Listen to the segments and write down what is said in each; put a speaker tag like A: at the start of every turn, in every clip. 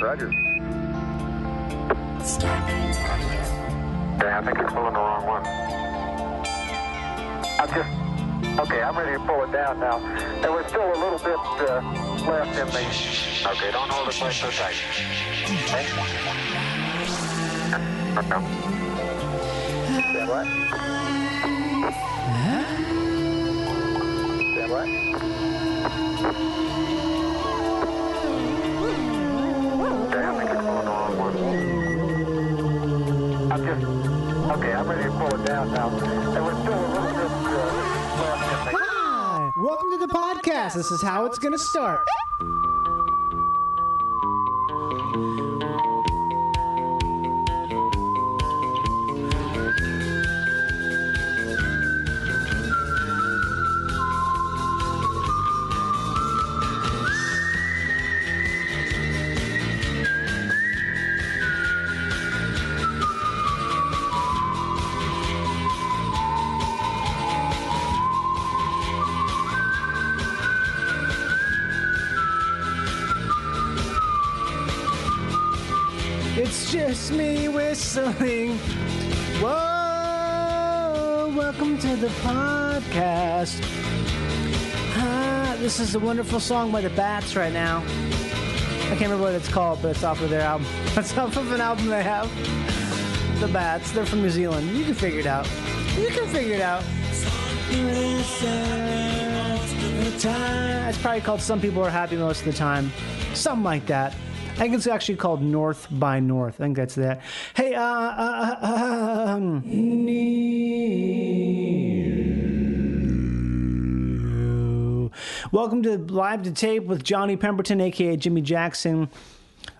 A: Roger.
B: Stargate's audio.
A: Yeah, I think you're pulling the wrong one. I'm just, okay, I'm ready to pull it down now. There was still a little bit uh, left in the. Okay, don't hold it quite so tight. Okay? Stand what? Stand what? Okay, I think you're pulling the wrong one. I'm just, okay, I'm ready to pull it down now. There was still a little bit uh, left in the.
C: Hi, welcome to the podcast. This is how it's going to start. It's just me whistling. Whoa, welcome to the podcast. Ah, this is a wonderful song by the Bats right now. I can't remember what it's called, but it's off of their album. It's off of an album they have. The Bats, they're from New Zealand. You can figure it out. You can figure it out. It's probably called Some People Are Happy Most of the Time. Something like that. I think it's actually called North by North. I think that's that. Hey, uh, uh, uh, um, welcome to Live to Tape with Johnny Pemberton, aka Jimmy Jackson,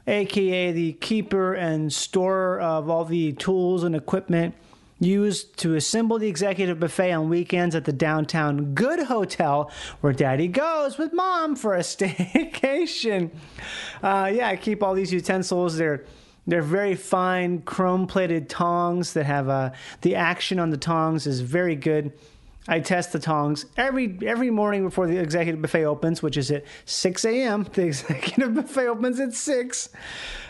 C: aka the keeper and storer of all the tools and equipment used to assemble the executive buffet on weekends at the downtown Good Hotel, where Daddy goes with Mom for a staycation. Uh, yeah, I keep all these utensils. They're they're very fine chrome-plated tongs that have uh, the action on the tongs is very good. I test the tongs every every morning before the executive buffet opens, which is at 6 a.m. The executive buffet opens at 6.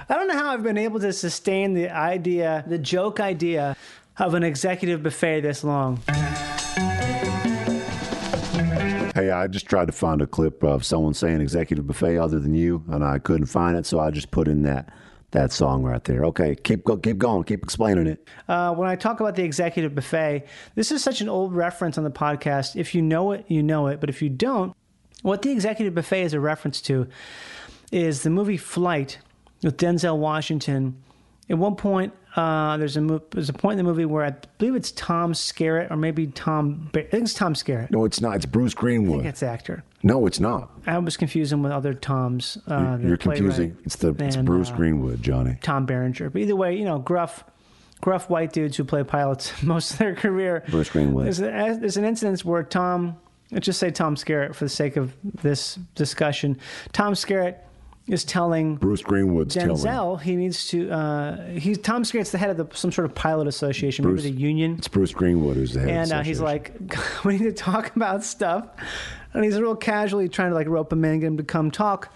C: I don't know how I've been able to sustain the idea, the joke idea of an executive buffet this long.
D: Hey, I just tried to find a clip of someone saying executive buffet other than you, and I couldn't find it, so I just put in that that song right there. Okay, keep go, keep going, keep explaining it.
C: Uh, when I talk about the executive buffet, this is such an old reference on the podcast. If you know it, you know it. But if you don't, what the executive buffet is a reference to is the movie Flight with Denzel Washington. At one point, uh, there's a mo- there's a point in the movie where I believe it's Tom Skerritt or maybe Tom. Ba- I think it's Tom Skerritt.
D: No, it's not. It's Bruce Greenwood.
C: That's the actor.
D: no, it's not.
C: I was confusing with other Toms. Uh, that
D: You're
C: play right-
D: confusing. It's the it's
C: And,
D: Bruce
C: uh,
D: Greenwood, Johnny.
C: Tom Berenger. But either way, you know, gruff, gruff white dudes who play pilots most of their career.
D: Bruce Greenwood.
C: There's, a, there's an instance where Tom, let's just say Tom Skerritt for the sake of this discussion. Tom Skerritt is telling
D: Bruce Greenwood's telling.
C: Denzel he needs to. Uh, he's Tom Skerritt's the head of the, some sort of pilot association, maybe
D: Bruce-
C: the union.
D: It's Bruce Greenwood who's the head. of
C: And
D: the
C: uh, he's
D: association.
C: like, we need to talk about stuff. And he's real casually trying to like rope him in, get him to come talk,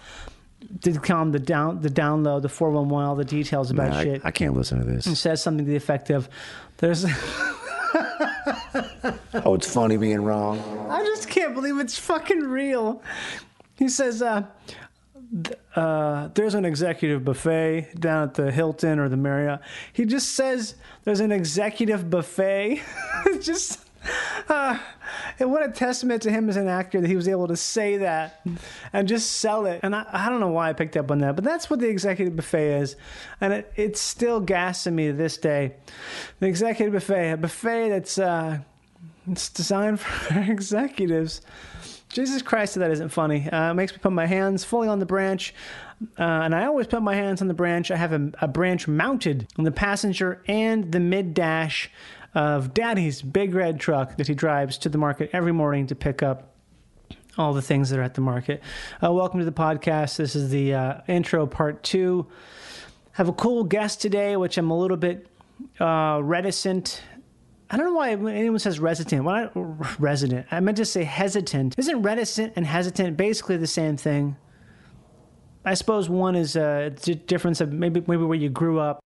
C: to come the down, the download, the four one one, all the details about
D: I-
C: "Oh, shit
D: I, can't listen to this.
C: says something to the effect of, "There's."
D: oh, it's funny being wrong.
C: I just can't believe it's fucking real. He says, uh, th- uh, "There's an executive buffet down at the Hilton or the Marriott." He just says, "There's an executive buffet." It's just. Uh, and what a testament to him as an actor that he was able to say that and just sell it. And I, I don't know why I picked up on that, but that's what the executive buffet is. And it, it's still gassing me to this day. The executive buffet, a buffet that's uh, it's designed for executives. Jesus Christ, that isn't funny. Uh, it makes me put my hands fully on the branch. Uh, and I always put my hands on the branch. I have a, a branch mounted on the passenger and the mid dash of Daddy's big red truck that he drives to the market every morning to pick up all the things that are at the market. Uh, welcome to the podcast. This is the uh, intro part two. Have a cool guest today, which I'm a little bit uh, reticent I don't know why anyone says resident. When I resident, I meant to say hesitant. Isn't reticent and hesitant basically the same thing? I suppose one is a d- difference of maybe maybe where you grew up.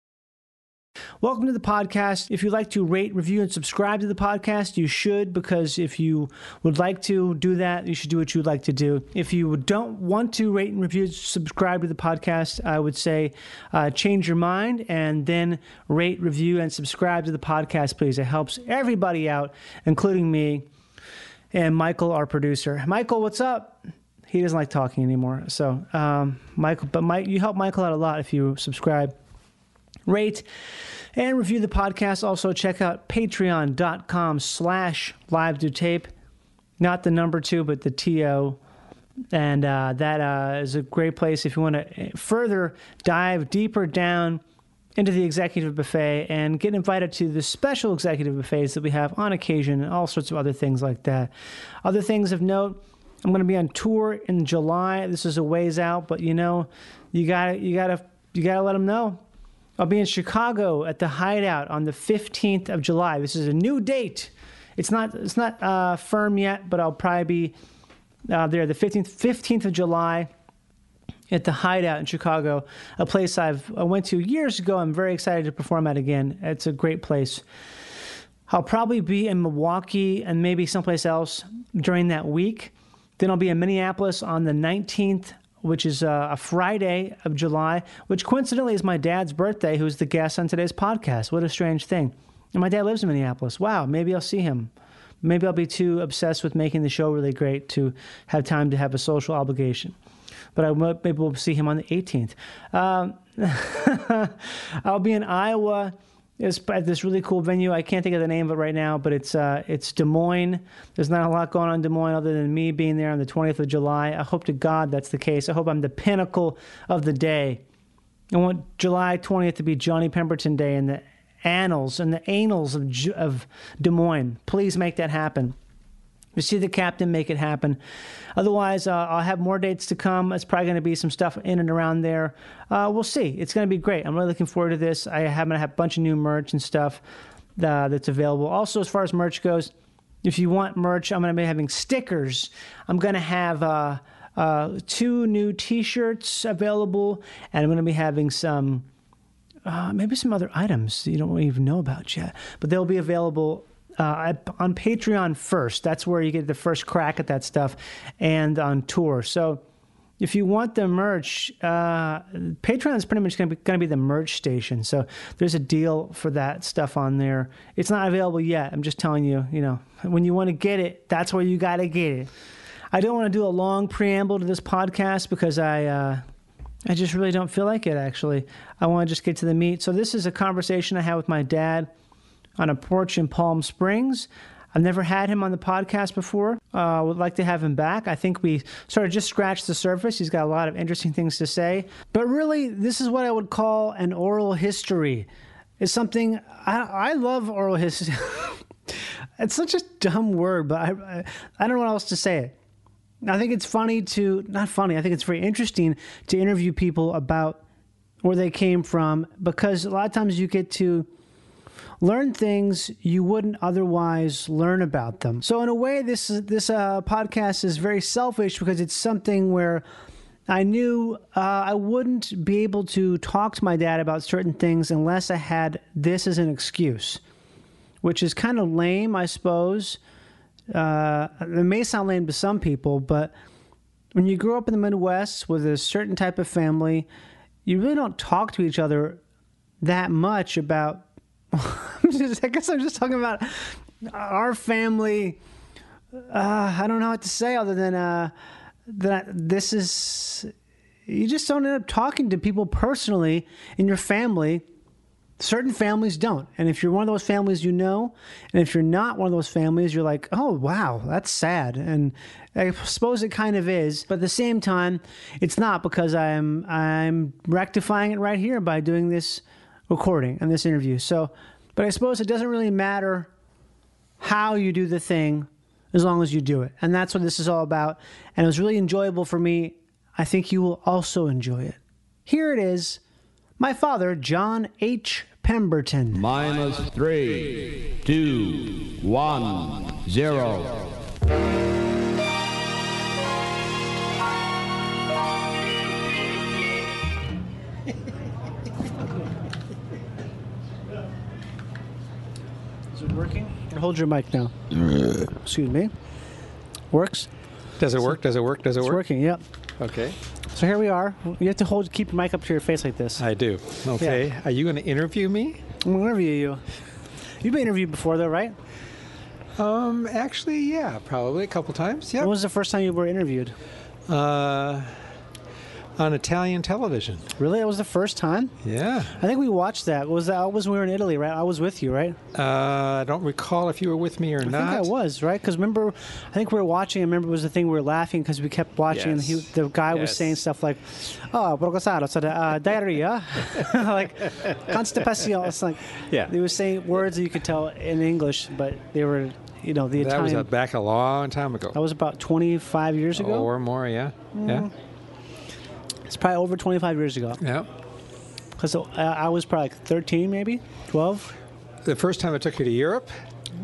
C: Welcome to the podcast. If you'd like to rate, review, and subscribe to the podcast, you should, because if you would like to do that, you should do what you'd like to do. If you don't want to rate and review, subscribe to the podcast, I would say uh, change your mind and then rate, review, and subscribe to the podcast, please. It helps everybody out, including me and Michael, our producer. Michael, what's up? He doesn't like talking anymore. So, um, Michael, but Mike, you help Michael out a lot if you subscribe rate and review the podcast also check out patreon.com slash live to tape not the number two but the to and uh, that uh, is a great place if you want to further dive deeper down into the executive buffet and get invited to the special executive buffets that we have on occasion and all sorts of other things like that other things of note i'm going to be on tour in july this is a ways out but you know you gotta you gotta you gotta let them know I'll be in Chicago at the Hideout on the 15th of July. This is a new date. It's not it's not uh, firm yet, but I'll probably be uh, there the 15th 15th of July at the Hideout in Chicago, a place I've I went to years ago. I'm very excited to perform at again. It's a great place. I'll probably be in Milwaukee and maybe someplace else during that week. Then I'll be in Minneapolis on the 19th which is uh, a Friday of July, which coincidentally is my dad's birthday, who's the guest on today's podcast. What a strange thing. And my dad lives in Minneapolis. Wow, maybe I'll see him. Maybe I'll be too obsessed with making the show really great to have time to have a social obligation. But I will, maybe we'll see him on the 18th. Um, I'll be in Iowa. It's at this really cool venue. I can't think of the name of it right now, but it's uh, it's Des Moines. There's not a lot going on in Des Moines other than me being there on the 20th of July. I hope to God that's the case. I hope I'm the pinnacle of the day. I want July 20th to be Johnny Pemberton Day in the annals and the annals of Ju- of Des Moines. Please make that happen. You see the captain make it happen. Otherwise, uh, I'll have more dates to come. It's probably going to be some stuff in and around there. Uh, we'll see. It's going to be great. I'm really looking forward to this. I have going to have a bunch of new merch and stuff uh, that's available. Also, as far as merch goes, if you want merch, I'm going to be having stickers. I'm going to have uh, two new T-shirts available, and I'm going to be having some. Uh, maybe some other items you don't even know about yet, but they'll be available uh, on Patreon first. That's where you get the first crack at that stuff, and on tour. So if you want the merch, uh, Patreon is pretty much going to be the merch station. So there's a deal for that stuff on there. It's not available yet. I'm just telling you. You know, when you want to get it, that's where you got to get it. I don't want to do a long preamble to this podcast because I. Uh, I just really don't feel like it actually. I want to just get to the meat. So, this is a conversation I had with my dad on a porch in Palm Springs. I've never had him on the podcast before. I uh, would like to have him back. I think we sort of just scratched the surface. He's got a lot of interesting things to say. But really, this is what I would call an oral history. It's something I, I love oral history. it's such a dumb word, but I, I, I don't know what else to say it. I think it's funny to, not funny, I think it's very interesting to interview people about where they came from because a lot of times you get to learn things you wouldn't otherwise learn about them. So in a way, this this uh, podcast is very selfish because it's something where I knew uh, I wouldn't be able to talk to my dad about certain things unless I had this as an excuse, which is kind of lame, I suppose. Uh, it may sound lame to some people, but when you grow up in the Midwest with a certain type of family, you really don't talk to each other that much about just, i guess I'm just talking about our family. Uh, I don't know what to say other than uh, that this is. You just don't end up talking to people personally in your family. Certain families don't. And if you're one of those families, you know. And if you're not one of those families, you're like, oh, wow, that's sad. And I suppose it kind of is. But at the same time, it's not because I'm, I'm rectifying it right here by doing this recording and this interview. So, but I suppose it doesn't really matter how you do the thing as long as you do it. And that's what this is all about. And it was really enjoyable for me. I think you will also enjoy it. Here it is my father, John H. Pemberton.
E: Minus three, two, one, zero.
C: Is it working? Hold your mic now. Excuse me. Works.
F: Does it work? Does it work? Does it
C: It's
F: work?
C: working. Yep.
F: Okay.
C: So here we are. You have to hold, keep your mic up to your face like this.
F: I do. Okay. Are you going to interview me?
C: I'm gonna interview you. You've been interviewed before, though, right?
F: Um, actually, yeah, probably a couple times. Yeah.
C: When was the first time you were interviewed?
F: uh, on Italian television.
C: Really, that was the first time.
F: Yeah.
C: I think we watched that. Was that was when we were in Italy, right? I was with you, right?
F: Uh, I don't recall if you were with me or
C: I
F: not.
C: think I was right because remember, I think we were watching. I remember it was the thing we were laughing because we kept watching. And he,
F: Yes.
C: the guy was
F: Yes.
C: saying stuff like, "Oh, brocasado, so the, uh, diarrhea, like constipación." It's like,
F: Yeah.
C: he was saying words that you could tell in English, but they were, you know, the
F: That was
C: Italian.
F: uh, back a long time ago.
C: that was about 25 years ago. Mm.
F: Or more, yeah. Oh.
C: it's probably over 25 years ago
F: Yeah.
C: because uh, I was probably like 13, maybe 12.
F: Yeah. The first time I took you to Europe.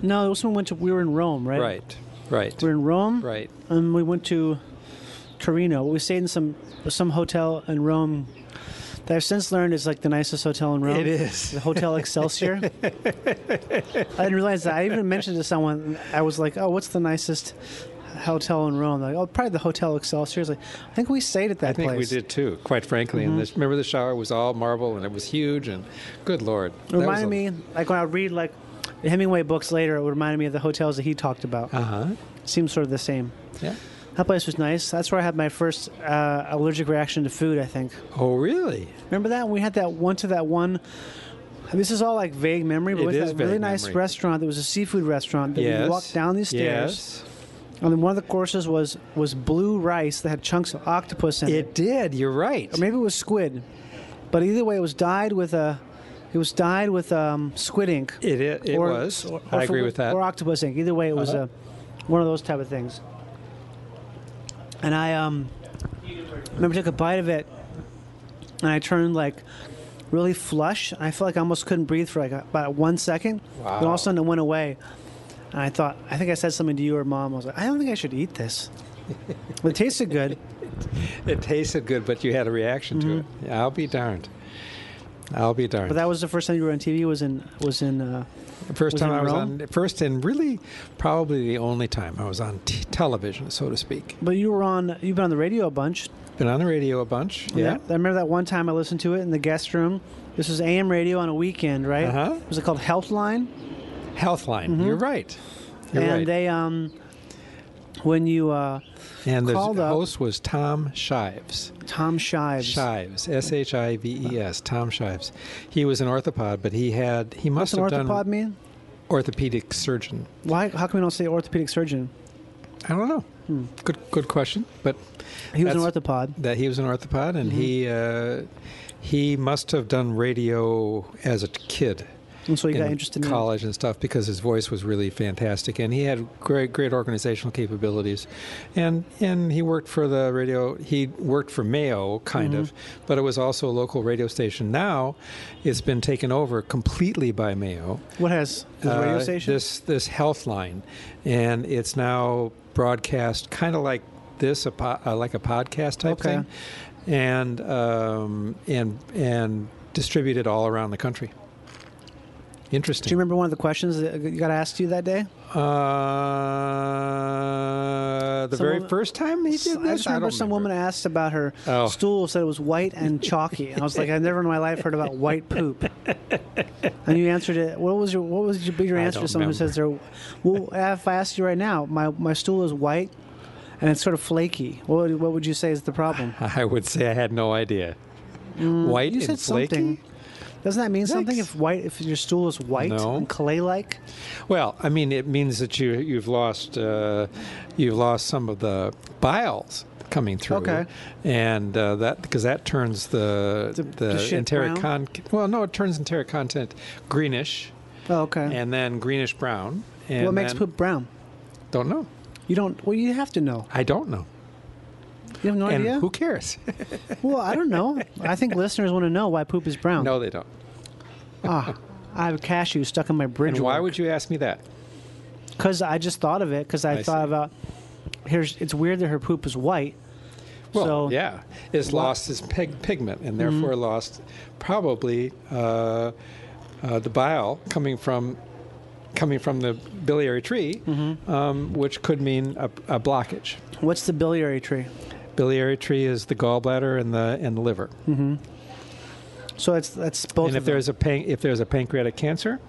C: No, it was when we went to. We were in Rome, right?
F: Right. Right.
C: We were in Rome.
F: Right.
C: and Um, we went to Torino. We stayed in some some hotel in Rome that I've since learned is like the nicest hotel in Rome.
F: It is.
C: the Hotel Excelsior. I didn't realize that. I even mentioned to someone. I was like, "Oh, what's the nicest hotel in Rome?" They're Like, "Oh, probably the Hotel Excelsior." I was like, "I think we stayed at that
F: I think
C: place." Mm-hmm.
F: we did too, quite frankly. And this, remember, the shower was all marble and it was huge. And good lord,
C: It reminded me, like when I read like Hemingway books later, it reminded me of the hotels that he talked about.
F: Uh huh.
C: Seems sort of the same.
F: Yeah.
C: That place was nice. That's where I had my first uh, allergic reaction to food. I think.
F: Oh really?
C: Remember that we had that one to that one. This is all like vague memory, but
F: It
C: we
F: is
C: had that really
F: vague
C: nice
F: memory.
C: restaurant that was a seafood restaurant that
F: yes.
C: we walked down these stairs,
F: Yes.
C: and then one of the courses was was blue rice that had chunks of octopus in it,
F: It did. You're right.
C: or maybe it was squid, but either way, it was dyed with a. It was dyed with um, squid ink.
F: it it, it
C: or-
F: was.
C: or- or
F: I agree
C: for-
F: with that.
C: Or octopus ink. Either way, it was
F: Uh-huh.
C: a, one of those type of things. And I um, remember I took a bite of it, and I turned like really flush. I felt like I almost couldn't breathe for like about one second. Then all
F: Wow.
C: of a sudden it went away, and I thought I think I said something to you or mom. I was like, I don't think I should eat this. but it tasted good.
F: it tasted good, but you had a reaction to it. I'll be darned. I'll be darned.
C: Mm-hmm. But that was the first time you were on TV. Was in was in. Uh,
F: First
C: Was
F: time
C: in
F: I was
C: Rome?
F: on, first and really probably the only time I was on t- television, so to speak.
C: but you were on. You've been on the radio a bunch.
F: Been on the radio a bunch. Yeah.
C: I remember that one time I listened to it in the guest room. This was AM radio on a weekend, right?
F: Uh-huh.
C: Was it called Healthline?
F: Healthline. You're right. You're
C: Mm-hmm. and
F: right.
C: they um when you uh
F: and the
C: called up-
F: host was Tom Shives.
C: Tom Shives.
F: Shives. S H I V E S. Tom Shives. He was an orthopod, but he had he must
C: What's an
F: have
C: orthopod
F: done
C: mean?
F: orthopedic surgeon.
C: Why how come we don't say orthopedic surgeon?
F: I don't know. Good good question. But
C: Hmm. He was an
F: that's-
C: orthopod. Mm-hmm.
F: that he was an orthopod, and he uh, he must have done radio as a kid.
C: And so he got
F: in
C: interested in it.
F: college and stuff because his voice was really fantastic, and he had great great organizational capabilities, and and he worked for the radio. He worked for Mayo, kind
C: Mm-hmm.
F: of, but it was also a local radio station. Now, it's been taken over completely by Mayo.
C: What has this
F: Uh,
C: radio station?
F: This this health line, and it's now broadcast kind of like this, a po- uh, like a podcast type
C: Okay.
F: thing, and um, and and distributed all around the country.
C: Do you
F: Interesting.
C: remember one of the questions that got asked you that day?
F: uh, the
C: Some
F: very
C: woman-
F: first time he did
C: I
F: this,
C: just remember
F: I don't
C: some
F: remember.
C: woman asked about her
F: Oh.
C: stool said it was white and chalky, and I was like, I've never in my life heard about white poop. and you answered it. What was your What was your, be your
F: I
C: answer to someone who
F: don't remember.
C: says they're Well, if I asked you right now, my my stool is white and it's sort of flaky. What would, What would you say is the problem?
F: I would say I had no idea. White
C: Mm, You said
F: and flaky.
C: something. Doesn't that mean something if
F: Yikes.
C: white if your stool is white
F: No.
C: and clay like?
F: Well, I mean, it means that you you've lost uh, you've lost some of the biles coming through.
C: Okay.
F: And uh, that because that turns the
C: The-
F: the,
C: the shit
F: enteric
C: brown?
F: con- well, no, it turns enteric content greenish
C: Oh, okay.
F: and then greenish brown. And
C: what makes
F: then-
C: poop brown?
F: Don't know.
C: You don't. Well, you have to know.
F: I don't know.
C: You have no
F: and
C: idea.
F: who cares?
C: Well, I don't know. I think listeners want to know why poop is brown.
F: no, they don't.
C: Ah, I have a cashew stuck in my bridge.
F: And why would you ask me that?
C: Because I just thought of it. Because I,
F: I
C: thought
F: see.
C: about here's. It's weird that her poop is white,
F: Well,
C: so Mm-hmm.
F: yeah, it's lost its pig- pigment and therefore lost probably uh, uh, the bile coming from coming from the biliary tree,
C: Mm-hmm.
F: um, which could mean a, a blockage.
C: what's the biliary tree?
F: Biliary tree is the gallbladder and the and the liver.
C: So it's that's Mm-hmm. both.
F: And
C: of
F: if there's a pan- if there's a pancreatic cancer,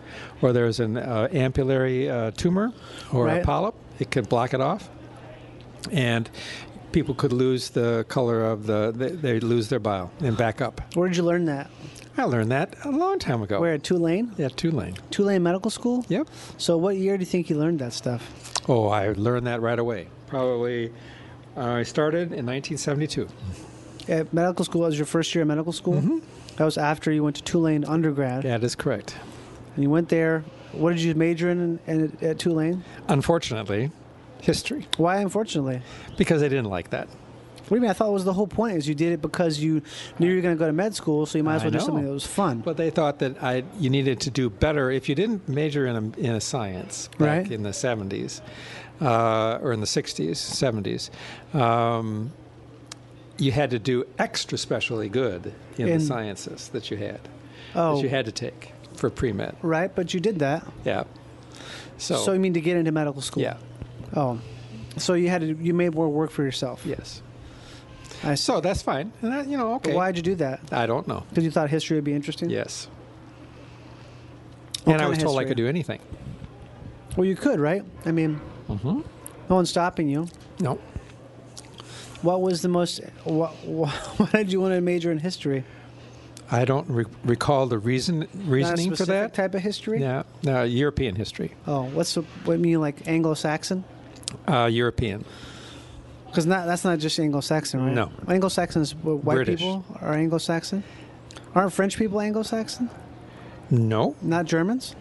F: or there's an uh, ampullary uh, tumor or
C: Right.
F: a polyp, it could block it off, and people could lose the color of the they, they lose their bile and back up.
C: them. where did you learn that?
F: I learned that a long time ago.
C: Where at Tulane?
F: Yeah, Tulane.
C: Tulane Medical School.
F: Yep.
C: So what year do you think you learned that stuff?
F: Oh, I learned that right away. Probably, uh, I started in 1972.
C: At medical school that was your first year at medical school.
F: Mm-hmm.
C: That was after you went to Tulane undergrad,
F: That is correct.
C: and you went there. What did you major in, in, at Tulane?
F: Unfortunately, history
C: Why, unfortunately?
F: because I didn't like that.
C: What do you mean? I thought it was the whole point is you did it because you knew you were going to go to med school, so you might as
F: I
C: well do something
F: know.
C: that was fun.
F: But they thought that I you needed to do better if you didn't major in a, in a science back
C: Right.
F: in the 70s uh, or in the 60s, 70s. Um, you had to do extra specially good in,
C: In-
F: the sciences that you had,
C: Oh.
F: that you had to take for pre med.
C: right, but you did that.
F: Yeah. So,
C: So you mean to get into medical school?
F: yeah,
C: Oh, so you had to you made more work for yourself.
F: yes.
C: I see.
F: So that's fine. And that, you know, okay.
C: But why'd you do that?
F: I don't know.
C: Because you thought history would be interesting.
F: Yes.
C: What
F: and I
C: kind
F: was
C: of
F: told I
C: history?
F: could do anything.
C: Well, you could, right? I mean,
F: Mm-hmm.
C: no one's stopping you.
F: No.
C: What was the most? What, wh why did you want to major in history?
F: I don't re- recall the reason
C: Not a
F: reasoning for
C: specific
F: that.
C: type of history.
F: Yeah, no, European history,
C: Oh, what's the, what do you mean like Anglo-Saxon?
F: uh, European.
C: Because not that's not just Anglo-Saxon, right?
F: No.
C: Anglo-Saxons, wh- white
F: British.
C: people are Anglo-Saxon. Aren't French people Anglo-Saxon?
F: No,
C: Not Germans?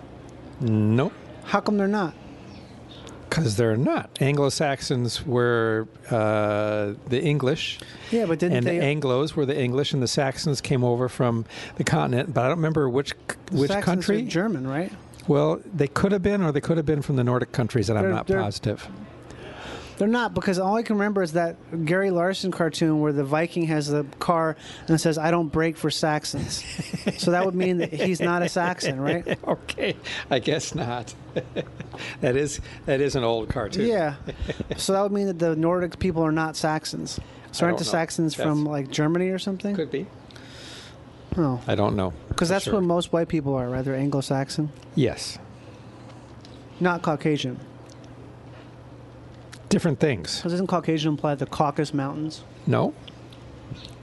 F: no,
C: How come they're not?
F: because they're not. Anglo Saxons were uh, the English,
C: Yeah, but didn't
F: and
C: they?
F: the Anglos were the English, and the Saxons came over from the continent. But I don't remember which c- which
C: Saxons
F: country.
C: Are German, right?
F: well, they could have been, or they could have been from the Nordic countries, and I'm
C: They're-
F: not
C: they're-
F: positive.
C: They're not because all I can remember is that Gary Larson cartoon where the Viking has the car and it says, "I don't break for Saxons," so that would mean that he's not a Saxon, right?
F: okay, I guess not. that is that is an old cartoon.
C: Yeah. So that would mean that the Nordic people are not Saxons. So
F: I
C: aren't the
F: don't know.
C: Saxons from
F: That's-
C: like Germany or something?
F: could be.
C: Oh,
F: I don't know
C: because
F: for
C: that's
F: sure.
C: what most white people are, right? They're Anglo-Saxon,
F: Yes,
C: not Caucasian.
F: different things.
C: Because doesn't Caucasian imply the Caucasus Mountains?
F: No,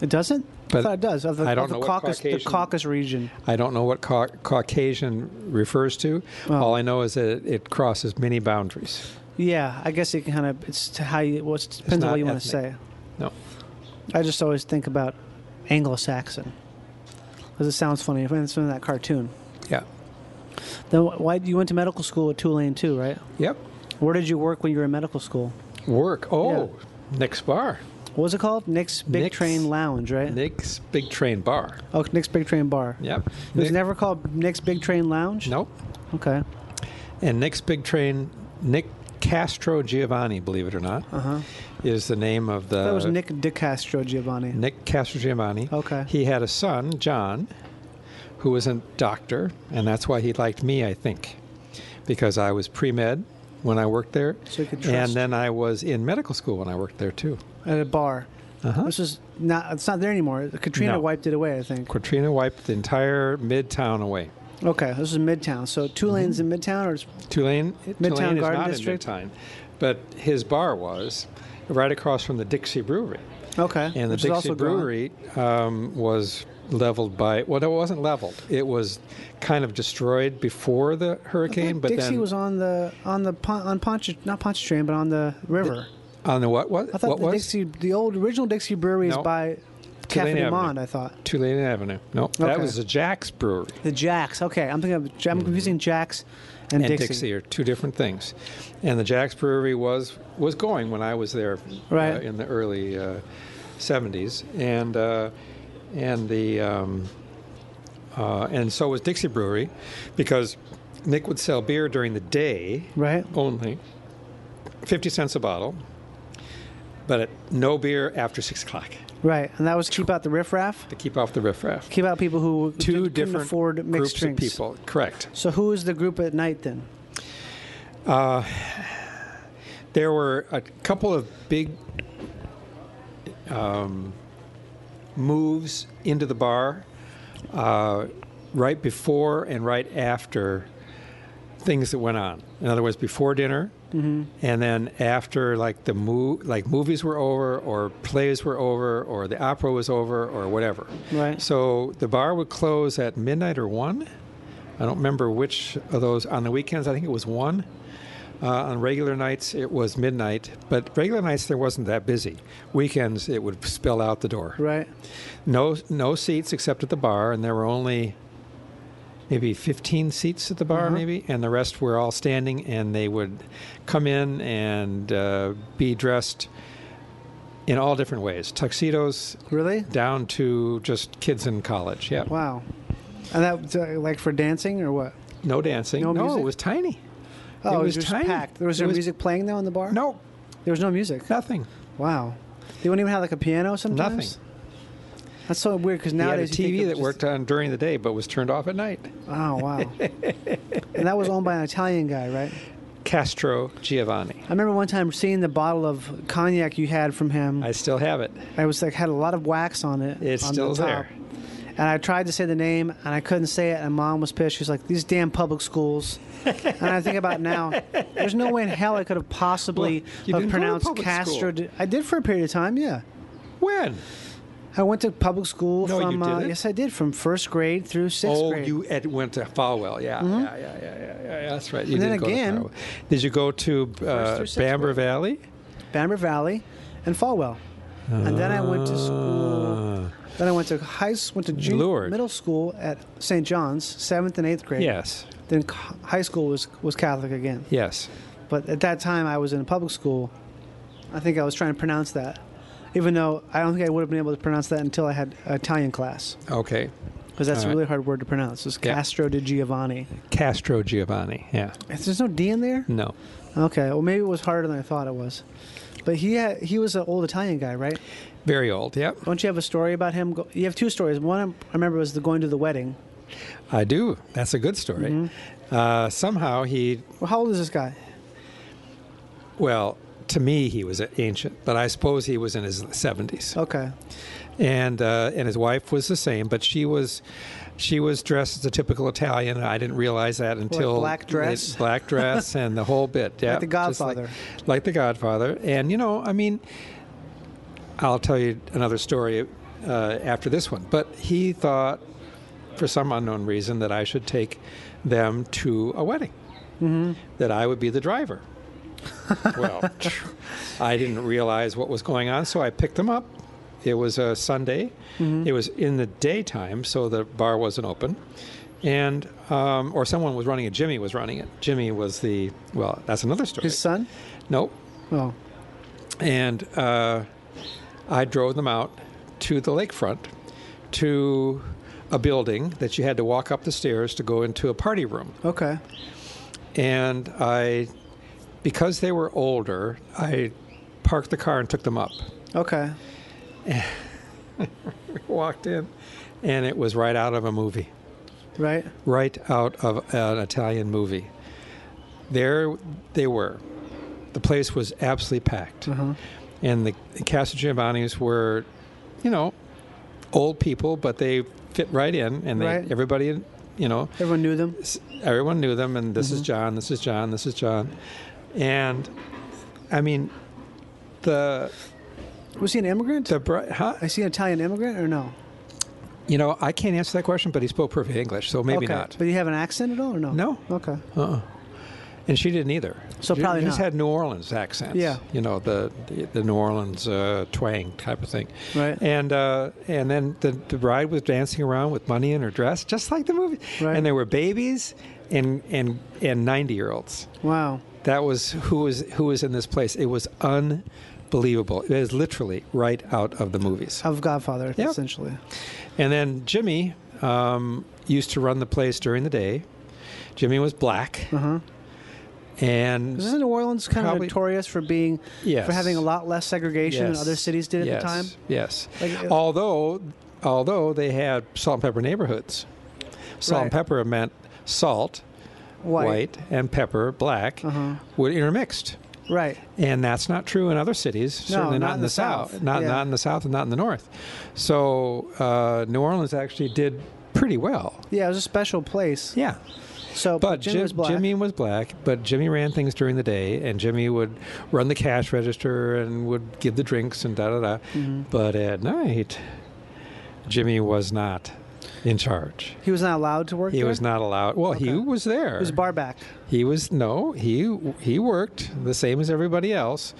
C: It doesn't. I
F: But
C: thought it does. Of the,
F: I don't
C: of the
F: know what
C: Caucasus, the
F: Caucasian-
C: Caucasus region.
F: I don't know what cau- Caucasian refers to. All I know is that it, it crosses many boundaries.
C: Yeah, I guess it kind of it's to how you well, it depends on
F: not
C: what you want to
F: ethnic.
C: say.
F: No,
C: I just always think about Anglo-Saxon because it sounds funny. If it's in that cartoon,
F: yeah,
C: then wh- why you went to medical school at Tulane too, right?
F: yep.
C: Where did you work when you were in medical school?
F: Work. Oh, Nick's Bar,
C: What was it called? Nick's Big
F: Nick's-
C: Train Lounge, right?
F: Nick's Big Train Bar.
C: Oh, Nick's Big Train Bar.
F: Yep.
C: It was never called Nick's Big Train Lounge.
F: Nope.
C: Okay.
F: And Nick's Big Train, Nick Castro Giovanni, believe it or not, is the name of the.
C: Uh-huh. That was Nick DeCastro Giovanni.
F: Nick Castro Giovanni.
C: Okay.
F: He had a son, John, who was a doctor, and that's why he liked me, I think, because I was pre med when I worked there.
C: So you could
F: And
C: trust.
F: then I was in medical school when I worked there, too.
C: at a bar.
F: Uh-huh.
C: This is not. It's not there anymore. Katrina
F: No.
C: wiped it away, I think.
F: Katrina wiped the entire midtown away.
C: Okay, this is Midtown. So Tulane's
F: Mm-hmm.
C: in Midtown, or it's,
F: Tulane,
C: Midtown
F: Tulane is
C: Garden
F: not
C: District?
F: in Midtown, but his bar was right across from the Dixie Brewery.
C: okay,
F: And the
C: which is
F: Dixie
C: also gone.
F: Brewery um, was leveled by, well, no, it wasn't leveled. It was kind of destroyed before the hurricane, but
C: Dixie
F: then
C: was on the on the pon- on Poncha not Pontchartrain, but on the river.
F: on the what? What,
C: I thought
F: what
C: the
F: was
C: Dixie, the old original Dixie Brewery is
F: No.
C: by
F: Tulane
C: Cafe du
F: Avenue.
C: Monde. I thought
F: Tulane Avenue? No, that
C: Okay.
F: was the Jack's Brewery.
C: the Jacks. Okay, I'm thinking of, I'm confusing Jacks and,
F: Mm-hmm. And
C: Dixie.
F: Dixie. are two different things, and the Jack's Brewery was was going when I was there,
C: Right.
F: uh, in the early uh, '70s, and uh, and the um, uh, and so was Dixie Brewery, because Nick would sell beer during the day,
C: Right.
F: only 50 cents a bottle but it, no beer after six o'clock
C: Right, and that was keep out the riffraff,
F: to keep off the riffraff.
C: keep out people who
F: Two
C: couldn't
F: different
C: afford mixed
F: groups
C: drinks.
F: of people. Correct.
C: So who is the group at night then?
F: There were a couple of big um, moves into the bar uh, right before and right after things that went on. In other words, before dinner, and then after, like the mo- like movies were over, or plays were over, or the opera was over, or whatever.
C: Right.
F: So the bar would close at midnight or one. I don't remember which of those on the weekends. I think it was one. Uh, on regular nights, it was midnight, but regular nights there wasn't that busy. Weekends, it would spill out the door.
C: Right.
F: No, no seats except at the bar, and there were only maybe 15 seats at the bar,
C: Mm-hmm.
F: maybe, and the rest were all standing. And they would come in and uh, be dressed in all different ways, tuxedos
C: Really?
F: down to just kids in college. Yeah,
C: Wow. And that was, uh, like for dancing or what?
F: no dancing.
C: No
F: no
C: music?
F: it was tiny.
C: Oh,
F: was
C: just
F: tiny.
C: packed. There was
F: It
C: no
F: was-
C: music playing though in the bar.
F: No,
C: there was no music.
F: nothing,
C: Wow. They wouldn't even have like a piano sometimes.
F: nothing.
C: That's so weird because
F: Now had a
C: nowadays you think
F: TV
C: of
F: that
C: just-
F: worked on during the day but was turned off at night.
C: Oh wow. and that was owned by an Italian guy, right?
F: Castro Giovanni.
C: I remember one time seeing the bottle of cognac you had from him.
F: I
C: I,
F: still have it.
C: was like had a lot of wax on it.
F: It's
C: on
F: still
C: the top.
F: there.
C: And I tried to say the name, and I couldn't say it. And mom was pissed. She's like, "These damn public schools." and I think about it now, there's no way in hell I could have possibly
F: Well, you
C: have
F: didn't go to
C: pronounced
F: public
C: Castro.
F: school.
C: Di- I did for a period of time, yeah.
F: When?
C: I went to public school
F: No, you
C: from uh,
F: didn't.
C: yes, I did from first grade through sixth
F: oh,
C: grade.
F: you ed- went to Falwell. Yeah, yeah, yeah, yeah, yeah, yeah, yeah, That's right. You
C: And then
F: did go to
C: again-
F: Falwell. did you go to uh,
C: through sixth
F: Bamber Valley?
C: Bamber Valley, and Falwell. and then I went to school. Then I went to high s- went to junior
F: Ah. Lord.
C: middle school at St. John's, seventh and eighth grade.
F: Yes,
C: Then co- high school was was Catholic again.
F: yes.
C: But at that time, I was in public school. I think I was trying to pronounce that, even though I don't think I would have been able to pronounce that until I had Italian class,
F: Okay,
C: because that's
F: All
C: a
F: right.
C: really hard word to pronounce. It's
F: Yeah.
C: Castro di Giovanni.
F: Castro Giovanni. Yeah,
C: There's no D in there.
F: no.
C: Okay, well maybe it was harder than I thought it was. But he had, he was an old Italian guy, right?
F: Very old. Yep,
C: Don't you have a story about him? Go- You have two stories. One I remember was the going to the wedding.
F: I do. That's a good story. Uh, somehow he
C: Well, how old is this guy?
F: well. To me, he was ancient, but I suppose he was in his 70s.
C: Okay,
F: and uh, and his wife was the same, but she was she was dressed as a typical Italian. and I didn't realize that until
C: black
F: late-
C: dress?
F: black dress, and the whole bit. Yeah,
C: the
F: just
C: Godfather.
F: like, like the Godfather. And you know, I mean, I'll tell you another story uh, after this one. But he thought, for some unknown reason, that I should take them to a wedding. That I would be the driver. well, I didn't realize what was going on, so I picked them up. It was a Sunday.
C: Mm-hmm.
F: It was in the daytime, so the bar wasn't open, and um, or someone was running it. Jimmy was running it. Jimmy was the well. That's another story.
C: his son.
F: Nope.
C: Oh,
F: And uh, I drove them out to the lakefront to a building that you had to walk up the stairs to go into a party room
C: okay.
F: and I, because they were older, I parked the car and took them up.
C: Okay.
F: Walked in, and it was right out of a movie,
C: Right.
F: right out of an Italian movie. There they were. The place was absolutely packed, and the Casa Giovanni's were, you know, old people, but they fit right in, and they,
C: Right.
F: everybody, you know,
C: Everyone knew them.
F: s- everyone knew them, and this is
C: Mm-hmm.
F: John, this is John, this is John, and I mean, the
C: Was he an immigrant?
F: the bri- huh?
C: I see an Italian immigrant or no?
F: you know I can't answer that question, but he spoke perfect English, so maybe
C: okay.
F: not.
C: But you have an accent at all or no?
F: No.
C: Okay.
F: And she didn't either.
C: So
F: she
C: probably
F: just
C: not.
F: had New Orleans accents.
C: Yeah.
F: you know the the, the New Orleans uh, twang type of thing.
C: Right.
F: And uh, and then the the bride was dancing around with money in her dress, just like the movie.
C: Right.
F: And there were babies and and and ninety year olds.
C: Wow.
F: That was who was who was in this place. It was unbelievable. It is literally right out of the movies.
C: Of Godfather,
F: Yep.
C: essentially.
F: And then Jimmy
C: Mm-hmm.
F: um, used to run the place during the day. Jimmy was black. and
C: Isn't New Orleans kind
F: Probably-
C: of notorious for being
F: Yes.
C: for having a lot less segregation than
F: Yes.
C: other cities did at
F: Yes.
C: the time?
F: Yes.
C: Like, uh,
F: although, although they had salt and pepper neighborhoods. Salt and
C: Right.
F: pepper meant salt,
C: White. Uh-huh.
F: white, and pepper, black, were intermixed.
C: Right.
F: And that's not true in other cities.
C: No,
F: Certainly not, in the, south. Not
C: Yeah.
F: not in the south and not in the north. So uh, New Orleans actually did pretty well.
C: Yeah, it was a special place.
F: Yeah.
C: So
F: But
C: Jim
F: Jim,
C: was black.
F: Jimmy was black, but Jimmy ran things during the day, and Jimmy would run the cash register and would give the drinks and da da da.
C: Mm-hmm.
F: But at night, Jimmy was not in charge.
C: he was not allowed to work.
F: He
C: there?
F: was not allowed. Well, he
C: Okay.
F: was there.
C: He was bar back.
F: He was no. He he worked the same as everybody else,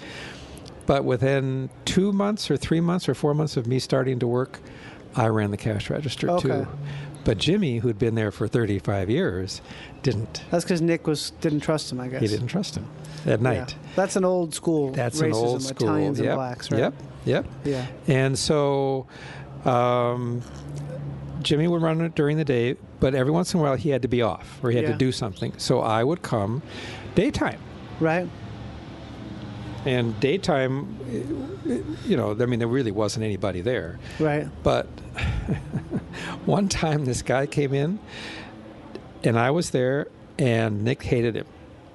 F: but within two months or three months or four months of me starting to work, I ran the cash register
C: Okay.
F: too. But Jimmy, who'd been there for 35 years, didn't.
C: That's because Nick was didn't trust him. I guess
F: He didn't trust him at
C: Yeah.
F: night.
C: That's an old school.
F: That's
C: racism,
F: an old school.
C: Italians
F: yep.
C: and blacks, right?
F: Yep. Yep.
C: Yeah.
F: And so um, Jimmy would run it during the day, but every once in a while he had to be off or he had
C: Yeah.
F: to do something. So I would come daytime.
C: Right.
F: And daytime, you know, I mean, there really wasn't anybody there.
C: Right.
F: But one time this guy came in and I was there and Nick hated him.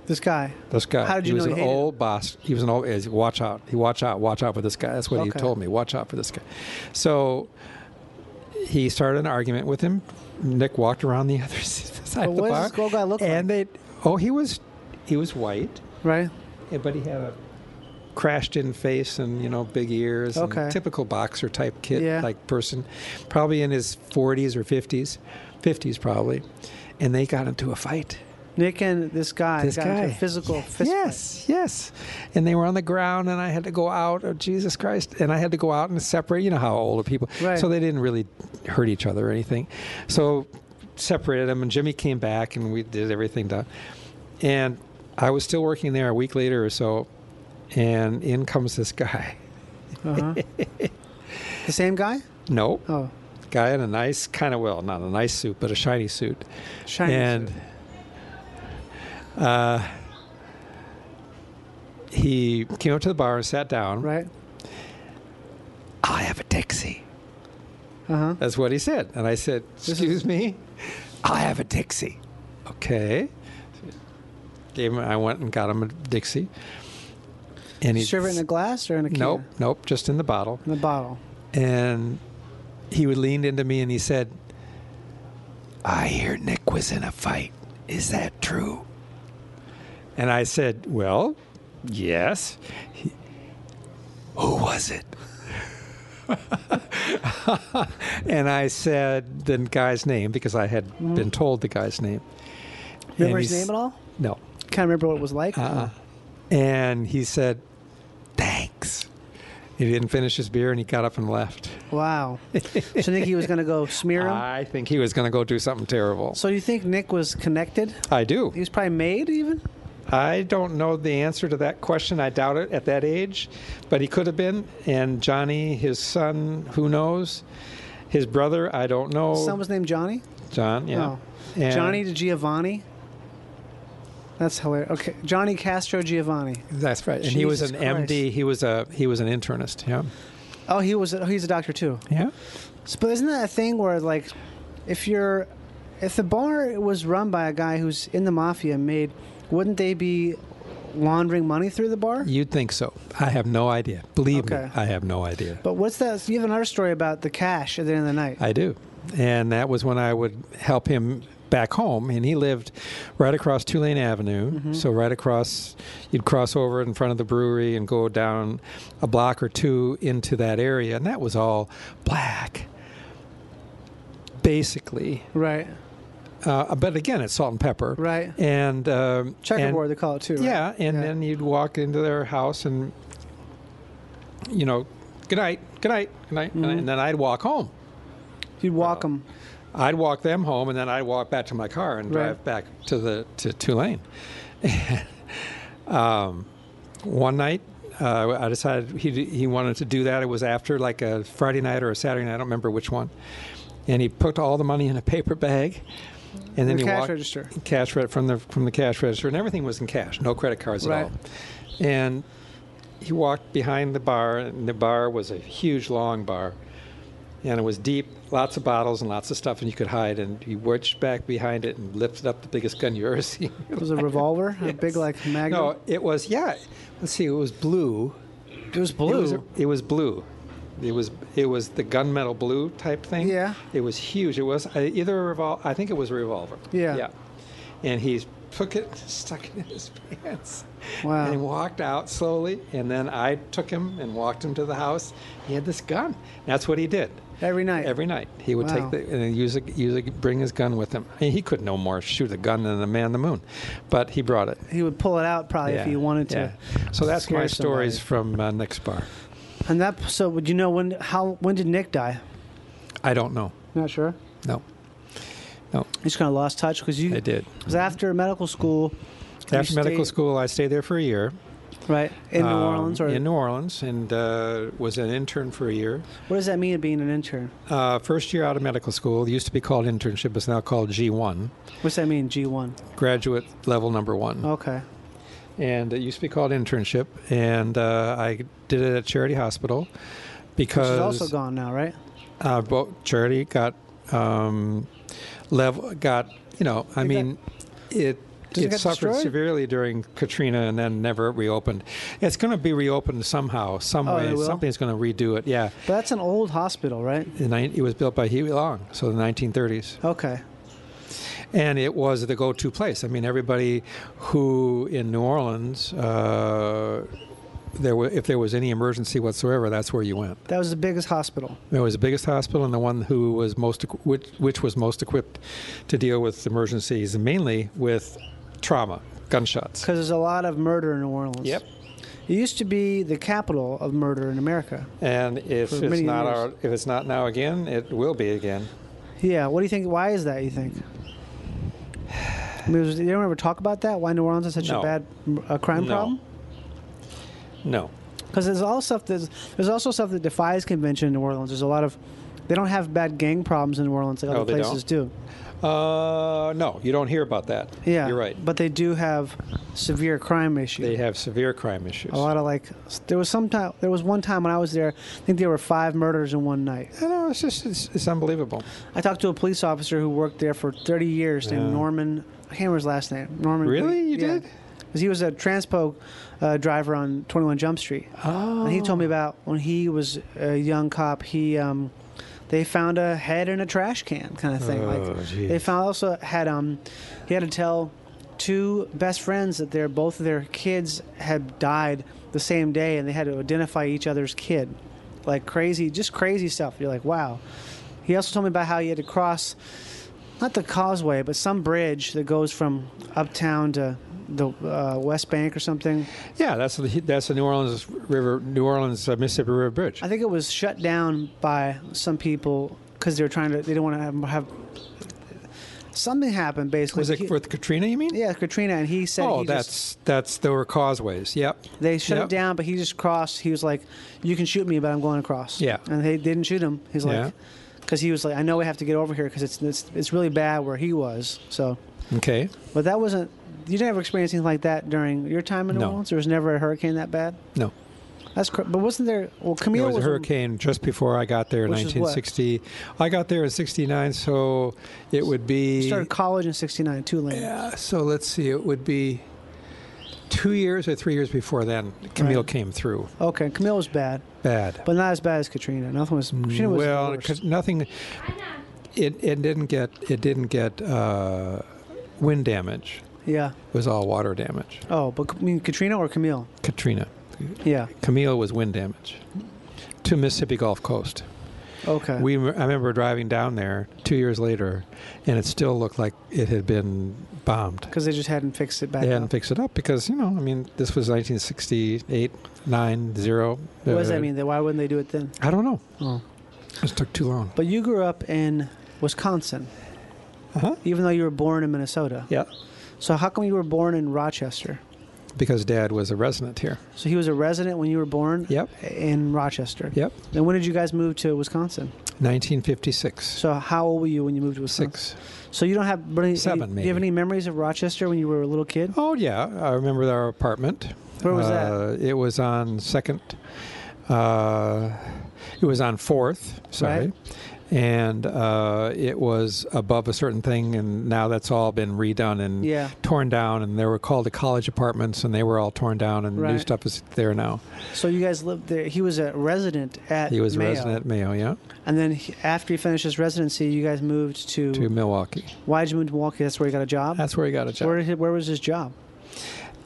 C: This guy.
F: This guy.
C: How did you
F: he was
C: know
F: an
C: he hated
F: old boss. He was an old. Is watch out. He watch out. Watch out for this guy. That's what
C: Okay.
F: he told me. Watch out for this guy. So he started an argument with him. Nick walked around the other side
C: But
F: of the
C: what does
F: bar.
C: this old guy look
F: and they. Oh, he was. He was white,
C: Right.
F: eh, but he had a crashed-in face and you know big ears. and
C: Okay.
F: typical boxer type kid
C: Yeah.
F: like person, probably in his 40s or 50s, 50s probably, and they got into a fight.
C: Nick and this guy
F: This
C: got into a
F: guy.
C: physical fist fight.
F: Yes, yes. And they were on the ground, and I had to go out. Oh, Jesus Christ! And I had to go out and separate. You know how older people,
C: Right.
F: so they didn't really hurt each other or anything. So separated them, and Jimmy came back, and we did everything done. And I was still working there a week later or so, and in comes this guy.
C: The same guy?
F: No,
C: Oh,
F: guy in a nice kind of well, not a nice suit, but a shiny suit.
C: shiny.
F: and
C: suit.
F: uh, he came up to the bar and sat down.
C: Right.
F: I'll have a Dixie.
C: Uh huh.
F: That's what he said. And I said, Excuse me? I'll have a Dixie. Okay. Gave him, I went and got him a Dixie. And he
C: Serve it in a glass or in a can?
F: Nope, nope, just in the bottle.
C: In a bottle.
F: And he would leaned into me and he said, I hear Nick was in a fight. Is that true? And I said, Well, yes. He- Who was it? and I said the guy's name because I had been told the guy's name.
C: Remember
F: And
C: his
F: he's- Uh-uh.
C: name at all?
F: No.
C: Can't remember what it was like.
F: And he said, Thanks. He didn't finish his beer and he got up and left.
C: Wow. so Nicky was going to go smear him.
F: I think he was going to go do something terrible.
C: so you think Nick was connected?
F: I do.
C: He was probably made even.
F: I don't know the answer to that question. I doubt it at that age, but he could have been. And Johnny, his son, who knows? His brother, I don't know.
C: Son was named Johnny.
F: John, yeah.
C: Oh.
F: And
C: Johnny to Giovanni. That's hilarious. Okay, Johnny Castro Giovanni.
F: That's right. And he was
C: Jesus
F: an MD. He was a he was an internist. Yeah.
C: Oh, he was. A, oh, he's a doctor too.
F: Yeah.
C: So, but isn't that a thing where like, if you're, if the bar was run by a guy who's in the mafia and made, wouldn't they be laundering money through the bar?
F: You'd think so. I have no idea. Believe
C: Okay.
F: me, I have no idea.
C: But what's that? You have another story about the cash at the end of the night.
F: I do. And that was when I would help him back home. And he lived right across Tulane Avenue.
C: Mm-hmm.
F: So, right across, you'd cross over in front of the brewery and go down a block or two into that area. And that was all black, basically.
C: right.
F: Uh, but again, it's salt and pepper.
C: Right.
F: And um,
C: Checkerboard,
F: and-
C: they call it too. Right?
F: yeah, and then you'd walk into their house and, you know, good night, good night, good night, good night.
C: Mm-hmm.
F: and then I'd walk home.
C: you'd walk them.
F: I'd walk them home, and then I'd walk back to my car and
C: Right.
F: drive back to the to Tulane. um, one night, uh, I decided he he wanted to do that. It was after like a Friday night or a Saturday night. I don't remember which one. And he put all the money in a paper bag, And then
C: The
F: you
C: cash
F: walk-
C: register.
F: cash re- from the from the cash register, and everything was in cash, no credit cards
C: Right.
F: at all. And he walked behind the bar, and the bar was a huge, long bar, and it was deep, lots of bottles and lots of stuff, and you could hide. And he reached back behind it and lifted up the biggest gun you ever seen.
C: It was a revolver, a big like magnum.
F: no, it was yeah. Let's see, it was blue.
C: it was
F: It was, it was blue. It was it was the gunmetal blue type thing.
C: Yeah.
F: It was huge. It was uh, either a revolver. I think it was a revolver.
C: Yeah.
F: Yeah. And he took it, stuck it in his pants.
C: Wow.
F: And walked out slowly. And then I took him and walked him to the house. He had this gun. That's what he did.
C: Every night.
F: Every night, he would
C: Wow.
F: take the and use a, use a, bring his gun with him. I mean, he could no more shoot a gun than a man on the moon, but he brought it.
C: he would pull it out probably if
F: Yeah,
C: he wanted to.
F: yeah. So that's
C: scare
F: my stories
C: somebody.
F: from uh, Nick's bar.
C: And that so would you know when how when did Nick die?
F: I don't know.
C: Not sure.
F: No. No,
C: He's kind of lost touch because you
F: I did.
C: It was after medical school. you
F: After medical
C: stayed-
F: school, I stayed there for a year.
C: right? In New
F: um,
C: Orleans, or
F: in New Orleans, and uh, was an intern for a year.
C: what does that mean of being an intern?
F: Uh, first year out of medical school used to be called internship, it's now called G1,
C: What's that mean? G one.
F: graduate level number one.
C: Okay.
F: And it used to be called internship, and uh, I did it at Charity Hospital because
C: She's also gone now, right?
F: uh, bo- charity got um, level got you know I mean it
C: Does it
F: it
C: get
F: suffered
C: destroyed?
F: severely during Katrina and then never reopened. It's going to be reopened somehow, some
C: Oh,
F: way.
C: they will?
F: Something's going to redo it. Yeah,
C: But that's an old hospital, right?
F: The nine- it was built by Huey Long, so the 1930s,
C: Okay.
F: and it was the go-to place. I mean, everybody who in New Orleans. Uh, there were, if there was any emergency whatsoever, that's where you went.
C: That was the biggest hospital.
F: It was the biggest hospital and the one who was most equ- which, which was most equipped to deal with emergencies, mainly with trauma, gunshots.
C: Because there's a lot of murder in New Orleans.
F: Yep.
C: It used to be the capital of murder in America.
F: And if
C: For
F: it's
C: many
F: not
C: years.
F: our, if it's not now again, it will be again.
C: Yeah. What do you think? Why is that? You think? I mean, was, you don't ever talk about that? Why New Orleans is such a
F: No.
C: bad uh, crime
F: No.
C: problem?
F: No.
C: Because there's all stuff that's there's also stuff that defies convention in New Orleans. There's a lot of they don't have bad gang problems in New Orleans like
F: No,
C: other
F: Oh, they
C: places do.
F: Uh, no, you don't hear about that.
C: Yeah,
F: You're right.
C: But they do have severe crime issues.
F: They have severe crime issues.
C: a lot of like s- there was some time there was one time when I was there. I think there were five murders in one night.
F: I know, it's just, it's, it's unbelievable.
C: I talked to a police officer who worked there for 30 years named
F: Yeah.
C: Norman. I can't remember his last name. Norman.
F: Really? You did?
C: Because he was a transpo uh, driver on 21 Jump Street.
F: Oh.
C: And he told me about when he was a young cop, he um, they found a head in a trash can kind of thing.
F: Oh,
C: like
F: geez.
C: they found also had um he had to tell two best friends that their both of their kids had died the same day and they had to identify each other's kid. Like crazy just crazy stuff. You're like, wow. He also told me about how he had to cross not the causeway, but some bridge that goes from uptown to the uh, West Bank or something.
F: Yeah, that's the that's the New Orleans River, New Orleans uh, Mississippi River Bridge.
C: I think it was shut down by some people because they were trying to. They didn't want to have, have something happened. Basically,
F: Was
C: He-
F: it with Katrina? You mean?
C: yeah, Katrina, and he said
F: Oh,
C: he
F: that's
C: just,
F: that's there were causeways. Yep.
C: they shut
F: yep.
C: it down, but he just crossed. He was like, "You can shoot me, but I'm going across."
F: Yeah.
C: and they didn't shoot him. He's
F: Yeah.
C: like, because he was like, "I know we have to get over here because it's, it's it's really bad where he was." So,
F: Okay.
C: but that wasn't. You never experienced anything like that during your time in New
F: No.
C: Orleans. There was never a hurricane that bad.
F: No.
C: That's cr- but wasn't there? Well, Camille
F: There was a hurricane just before I got there in
C: Which is what?
F: 1960. I got there in 69, so it would be.
C: started college in '69, Tulane.
F: Yeah, so let's see, it would be two years or three years before then. Camille
C: Right.
F: came through
C: Okay, Camille was bad.
F: bad.
C: But not as bad as Katrina. Nothing was. Katrina was
F: well,
C: the worst.
F: because nothing. It, it didn't get it didn't get uh, wind damage.
C: yeah.
F: It was all water damage.
C: Oh, but I mean Katrina or Camille.
F: Katrina,
C: Yeah.
F: Camille was wind damage to Mississippi Gulf Coast.
C: Okay.
F: We, I remember driving down there two years later, and it still looked like it had been bombed.
C: because they just hadn't fixed it back.
F: They hadn't
C: up.
F: fixed it up because you know, I mean, this was 1968, 9, 0.
C: What does that mean? Then why wouldn't they do it then?
F: Uh, I don't know.
C: Oh.
F: It just took too long.
C: But you grew up in Wisconsin,
F: Uh-huh.
C: even though you were born in Minnesota.
F: Yeah,
C: So how come you were born in Rochester?
F: because Dad was a resident here.
C: So he was a resident when you were born.
F: Yep.
C: In Rochester.
F: Yep.
C: And when did you guys move to Wisconsin?
F: 1956.
C: So how old were you when you moved to Wisconsin?
F: Six.
C: So you don't have any,
F: Seven,
C: Do you have
F: maybe.
C: any memories of Rochester when you were a little kid?
F: Oh yeah, I remember our apartment.
C: Where was
F: uh, that? It was on Second. Uh, it was on Fourth. Sorry.
C: Right.
F: And uh, it was above a certain thing, and now that's all been redone and
C: Yeah.
F: torn down. And they were called the college apartments, and they were all torn down, and new
C: Right.
F: stuff is there now.
C: So you guys lived there. He was a resident at
F: He was
C: Mayo.
F: resident at Mayo, yeah,
C: And then he, after he finished his residency, you guys moved to,
F: to Milwaukee.
C: why'd you move to Milwaukee? That's where he got a job?
F: That's where he got a job.
C: Where, where was his job?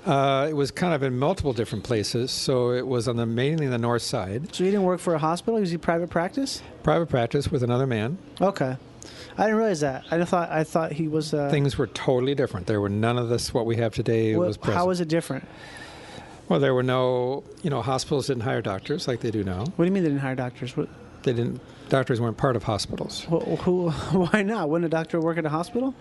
F: Uh, it was kind of in multiple different places. So it was on the mainly the north side,
C: So he didn't work for a hospital? Was he private practice?
F: private practice with another man.
C: Okay. I didn't realize that. I thought I thought he was. Uh,
F: Things were totally different. There were none of this what we have today.
C: wha-
F: was present.
C: how is it different?
F: well, there were no, you know, hospitals didn't hire doctors like they do now.
C: What do you mean they didn't hire doctors? What,
F: They didn't. Doctors weren't part of hospitals.
C: who, who, why not? Wouldn't a doctor work at a hospital?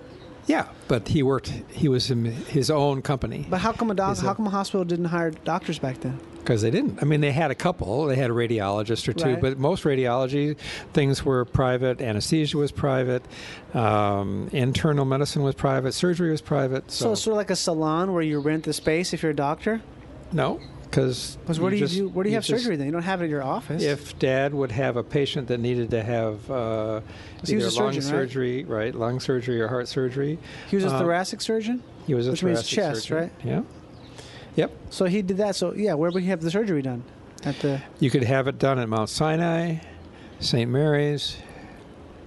F: Yeah, but he worked. He was in his own company
C: But how come a doc,
F: Is it-
C: How come a hospital didn't hire doctors back then?
F: because they didn't. I mean, they had a couple. They had a radiologist or two,
C: Right.
F: but most radiology things were private. Anesthesia was private. Um, internal medicine was private. Surgery was private.
C: So, it's sort of like a salon where you rent the space if you're a doctor.
F: No, because
C: Because where do you do? Where do you, have surgery then? You don't have it at your office.
F: If Dad would have a patient that needed to have uh,
C: he was
F: either
C: a
F: lung
C: surgeon, right?
F: surgery, right? Lung surgery or heart surgery.
C: he was a
F: uh,
C: thoracic surgeon.
F: He was a
C: which means
F: thoracic
C: chest,
F: surgeon.
C: right?
F: Yeah. Yep.
C: So he did that. So yeah, where would he have the surgery done? At the
F: You could have it done at Mount Sinai, St. Mary's.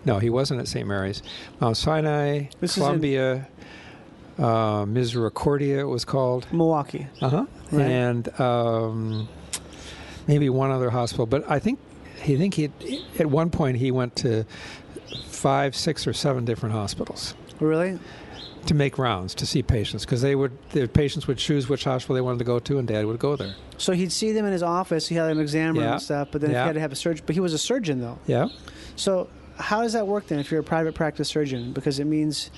F: No, he wasn't at St. Mary's. Mount Sinai,
C: This is in-
F: Columbia, uh, Misericordia, it was called.
C: Milwaukee.
F: Uh-huh.
C: Right.
F: And um, maybe one other hospital, but I think he think he at one point he went to five, six, or seven different hospitals
C: Really?
F: to make rounds to see patients because they would the patients would choose which hospital they wanted to go to, and Dad would go there.
C: So he'd see them in his office. He had an exam room
F: Yeah.
C: and stuff. But then if
F: Yeah.
C: he had to have a surgery, but he was a surgeon though.
F: Yeah.
C: So how does that work then? If you're a private practice surgeon, because it means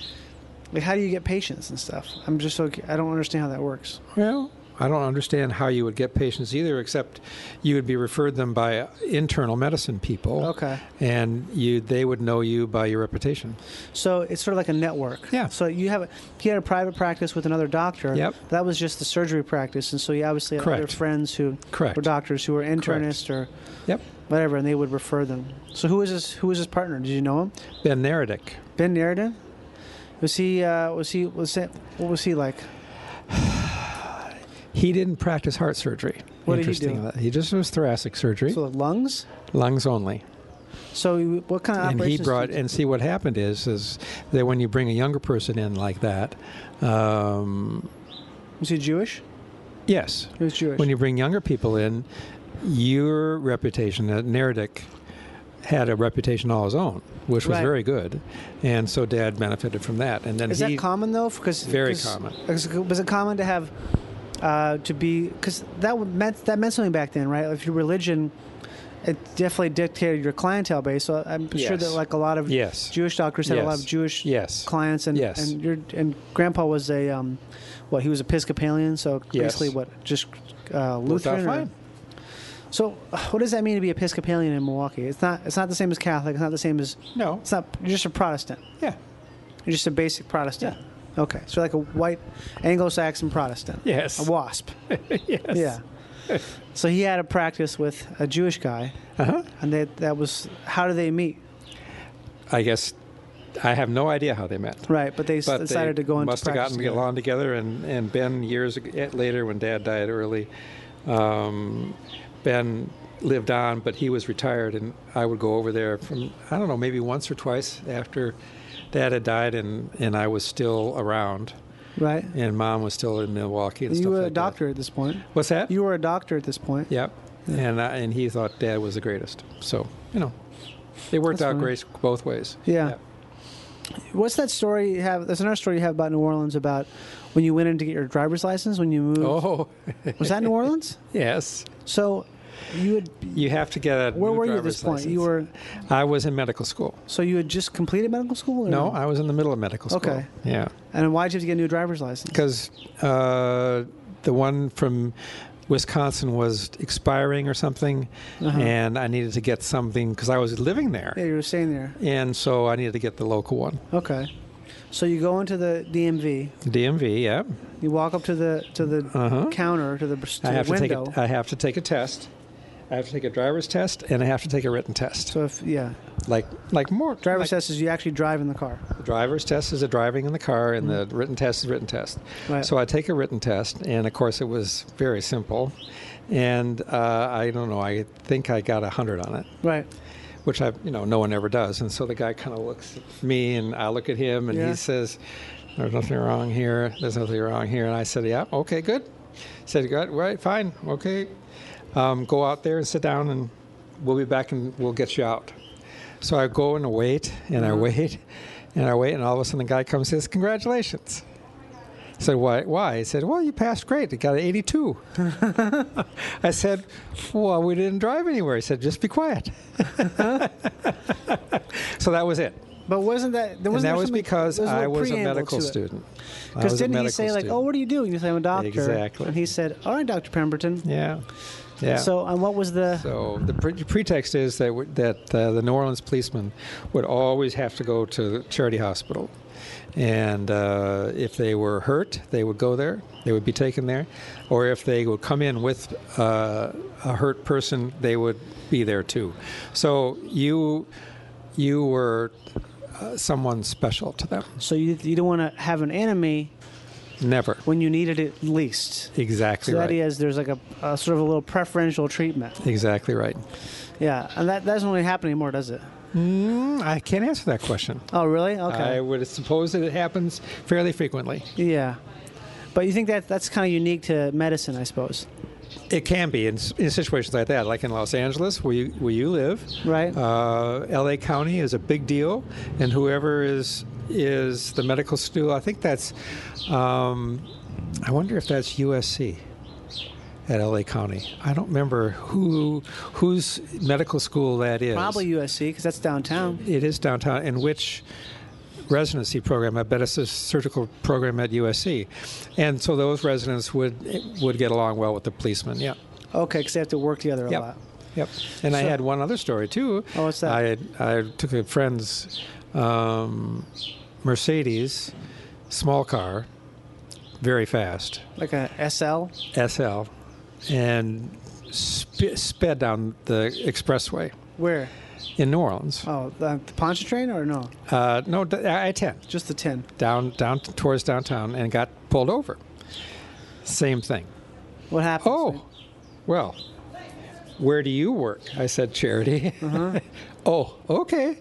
C: like how do you get patients and stuff? I'm just so cu- I don't understand how that works.
F: Well, I don't understand how you would get patients either, except you would be referred them by internal medicine people.
C: Okay.
F: And you they would know you by your reputation.
C: So it's sort of like a network.
F: Yeah.
C: So you have a, he had a private practice with another doctor.
F: Yep.
C: That was just the surgery practice, and so he obviously had other
F: Correct.
C: friends who
F: Correct.
C: were doctors who were internists or
F: Yep.
C: whatever, and they would refer them. So who was his who was his partner? Did you know him?
F: Ben Naradick.
C: Ben Narrative? Was he uh, was he was that, what was he like?
F: He didn't practice heart surgery.
C: What did he
F: Interesting.
C: do?
F: He just was thoracic surgery,
C: So the lungs.
F: lungs only.
C: So he- what kind of
F: And he
C: operations?
F: brought
C: did you-
F: and see what happened is is that when you bring a younger person in like that, um,
C: was he Jewish?
F: yes,
C: He was Jewish.
F: when you bring younger people in, your reputation at Nerdic had a reputation all his own, which was
C: Right.
F: very good, and so Dad benefited from that. And then
C: Is
F: he
C: that common though? Because
F: Very common.
C: Was it common to have uh, to be because that would meant that meant something back then, right? If your religion, it definitely dictated your clientele base. So I'm sure that
F: Yes.
C: like a lot of
F: Yes.
C: Jewish doctors had a lot
F: Yes.
C: of Jewish
F: Yes.
C: clients, and
F: Yes.
C: and your and Grandpa was a um, well, he was Episcopalian, so
F: Yes.
C: basically what just uh,
F: worked
C: Lutheran.
F: out
C: or-
F: fine.
C: so what does that mean to be Episcopalian in Milwaukee? It's not it's not the same as Catholic. It's not the same as
F: No,
C: it's not. You're just a Protestant.
F: yeah,
C: You're just a basic Protestant. Okay, so like a white Anglo-Saxon Protestant.
F: Yes.
C: A wasp.
F: yes,
C: Yeah. so he had a practice with a Jewish guy,
F: Uh-huh.
C: and that that was how do they meet?
F: I guess I have no idea how they met.
C: Right, but they s-
F: But
C: decided
F: they
C: to go into
F: must have
C: practice.
F: gotten to get
C: together.
F: along together, and, and Ben years ag- later when Dad died early, um, Ben lived on, but he was retired, and I would go over there from I don't know maybe once or twice after Dad had died, and, and I was still around,
C: Right.
F: and Mom was still in Milwaukee. And
C: You
F: stuff
C: were a
F: like that.
C: doctor at this point.
F: What's that?
C: You were a doctor at this point.
F: Yep. And I, and he thought Dad was the greatest, so you know, it worked
C: That's
F: out
C: fine.
F: great both ways.
C: Yeah. What's that story you have? There's another story you have about New Orleans about when you went in to get your driver's license when you moved.
F: Oh,
C: Was that New Orleans?
F: yes.
C: So you had.
F: You have to get a.
C: Where
F: new
C: were you at
F: driver's
C: this point? You
F: license.
C: were
F: I was in medical school.
C: so you had just completed medical school. Or
F: No, I was in the middle of medical school.
C: Mm. Okay.
F: Yeah.
C: And why'd you have to get a new driver's license?
F: Because uh, the one from Wisconsin was expiring or something,
C: Uh-huh.
F: and I needed to get something because I was living there,
C: Yeah, you were saying there.
F: and so I needed to get the local one,
C: Okay. So you go into the DMV.
F: DMV. Yeah,
C: You walk up to the to the
F: Uh-huh.
C: counter to the, to the
F: I have to take
C: window.
F: a, I have to take a test. I have to take a driver's test, and I have to take a written test.
C: so if yeah,
F: Like like more
C: driver's
F: like-
C: test is you actually drive in the car.
F: The driver's test is a driving in the car, and the written test is written test.
C: Right.
F: So I take a written test, and of course it was very simple. And uh, I don't know, I think I got a hundred on it,
C: Right.
F: which I, you know, no one ever does. And so the guy kind of looks at me, and I look at him, and
C: Yeah.
F: he says, "There's nothing wrong here. There's nothing wrong here." And I said, "Yeah, okay, good." said, "Good, right, fine, okay. Um, go out there and sit down, and we'll be back, and we'll get you out." So I go and wait, and I wait, and I wait, and all of a sudden the guy comes and says, Congratulations. I said, Why? Why? He said, Well, you passed great. You got an 82. I said, Well, we didn't drive anywhere. He said, Just be quiet. so that was it.
C: But wasn't that there wasn't
F: And that
C: there
F: was
C: something-
F: because
C: there
F: I
C: no
F: was a
C: preamble
F: medical
C: to it?
F: student. I
C: Because
F: was a
C: didn't he
F: medical
C: say like,
F: student.
C: "Oh, what do you do?" And you say, "I'm a doctor."
F: Exactly.
C: And he said, "All right, Doctor Pemberton."
F: Yeah. Yeah.
C: So, and what was the?
F: So the pre- pretext is that w- that uh, the New Orleans policeman would always have to go to the charity hospital, and uh, if they were hurt, they would go there. They would be taken there, or if they would come in with uh, a hurt person, they would be there too. So you you were uh, someone special to them.
C: So you you don't want to have an enemy
F: Never
C: when you needed it least.
F: exactly
C: So that
F: right.
C: is, there's like a, a sort of a little preferential treatment.
F: Exactly right.
C: Yeah, and that that doesn't really happen anymore, does it?
F: Mm, I can't answer that question.
C: Oh, really? Okay.
F: I would suppose that it happens fairly frequently.
C: yeah. But you think that that's kind of unique to medicine, I suppose.
F: It can be in, s- in situations like that, like in Los Angeles, where you, where you live.
C: Right.
F: Uh, L.A. County is a big deal, and whoever is is the medical school, I think that's. Um, I wonder if that's USC at L.A. County. I don't remember who whose medical school that is.
C: Probably USC because that's downtown.
F: It is downtown, and which residency program? I bet it's a surgical program at USC, and so those residents would would get along well with the policemen. Yeah.
C: Okay, because they have to work together a
F: Yep.
C: lot.
F: Yep. And I
C: So-
F: had one other story too.
C: Oh, what's that?
F: I had, I took a friend's um, Mercedes, small car, very fast,
C: Like a SL.
F: SL, and sp- sped down the expressway
C: Where?
F: in New Orleans.
C: Oh, the, the Pontchartrain or no?
F: Uh, no, d- I 10
C: Just the ten.
F: down down towards downtown and got pulled over. Same thing.
C: What happened?
F: Oh, well, where do you work? I said, charity. oh, okay.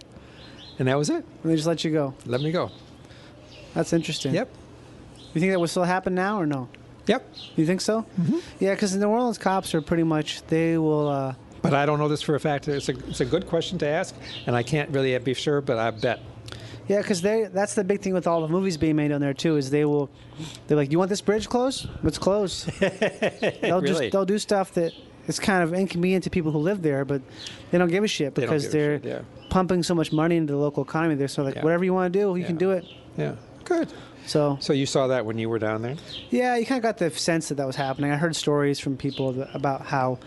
F: And that was it.
C: And they just let you go.
F: Let me go.
C: That's interesting.
F: Yep.
C: You think that would still happen now or no?
F: Yep.
C: You think so? Mm-hmm. Yeah, because the New Orleans cops are pretty much they will. Uh,
F: But I don't know this for a fact. It's a, it's a good question to ask, and I can't really be sure, but I bet.
C: yeah, because they that's the big thing with all the movies being made on there too is they will. They're like, you want this bridge closed? It's closed. they'll
F: Really?
C: just they'll do stuff that it's kind of inconvenient to people who live there, but they don't give a shit
F: They don't
C: because
F: give a
C: they're
F: shit, yeah.
C: pumping so much money into the local economy. They're so like,
F: Yeah.
C: whatever you want to do, you can
F: Yeah.
C: do it.
F: Yeah. Good.
C: So
F: So you saw that when you were down there?
C: Yeah, you kind of got the sense that that was happening. I heard stories from people that, about how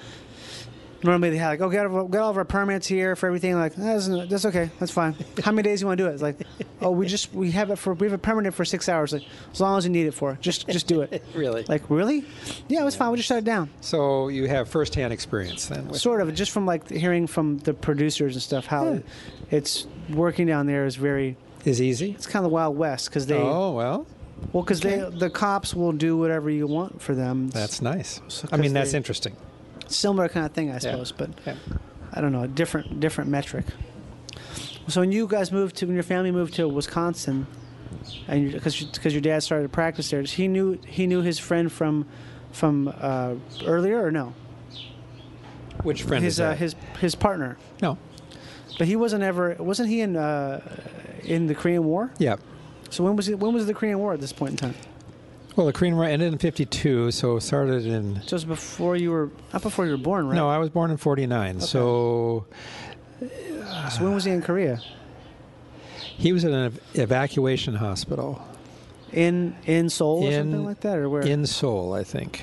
C: normally they had like, oh, get, all- get all of our permits here for everything. Like, "Eh, that's, that's okay, that's fine. How many days you want to do it? It's like, oh, we just we have it for we have it permanent for six hours. Like, as long as you need it for, just just do it.
F: Really?
C: Like, really? Yeah, it was fine. We just shut it down.
F: So you have firsthand experience then? with-
C: Sort of, just from like hearing from the producers and stuff how it's working down there is very.
F: Is easy?
C: It's kind of the Wild West because they
F: Oh, well,
C: well because they the cops will do whatever you want for them. It's
F: that's nice. I
C: 'cause
F: mean, that's
C: they-
F: interesting.
C: similar kind of thing, I suppose, but
F: Yeah.
C: I don't know, a different different metric. So when you guys moved to when your family moved to Wisconsin, and because because your dad started to practice there, he knew he knew his friend from from uh, earlier or no?
F: Which friend is
C: His uh,
F: that?
C: his his partner,
F: no.
C: but he wasn't ever wasn't he in uh, in the Korean War?
F: Yeah.
C: So when was it, when was the Korean War at this point in time?
F: Well, the Korean War ended in 52, so it started in.
C: Just before you were not before you were born, right?
F: No, I was born in 49. So
C: So when was he in Korea?
F: he was in an ev- evacuation hospital
C: In in Seoul or
F: In-
C: something like that, or where?
F: in Seoul, I think.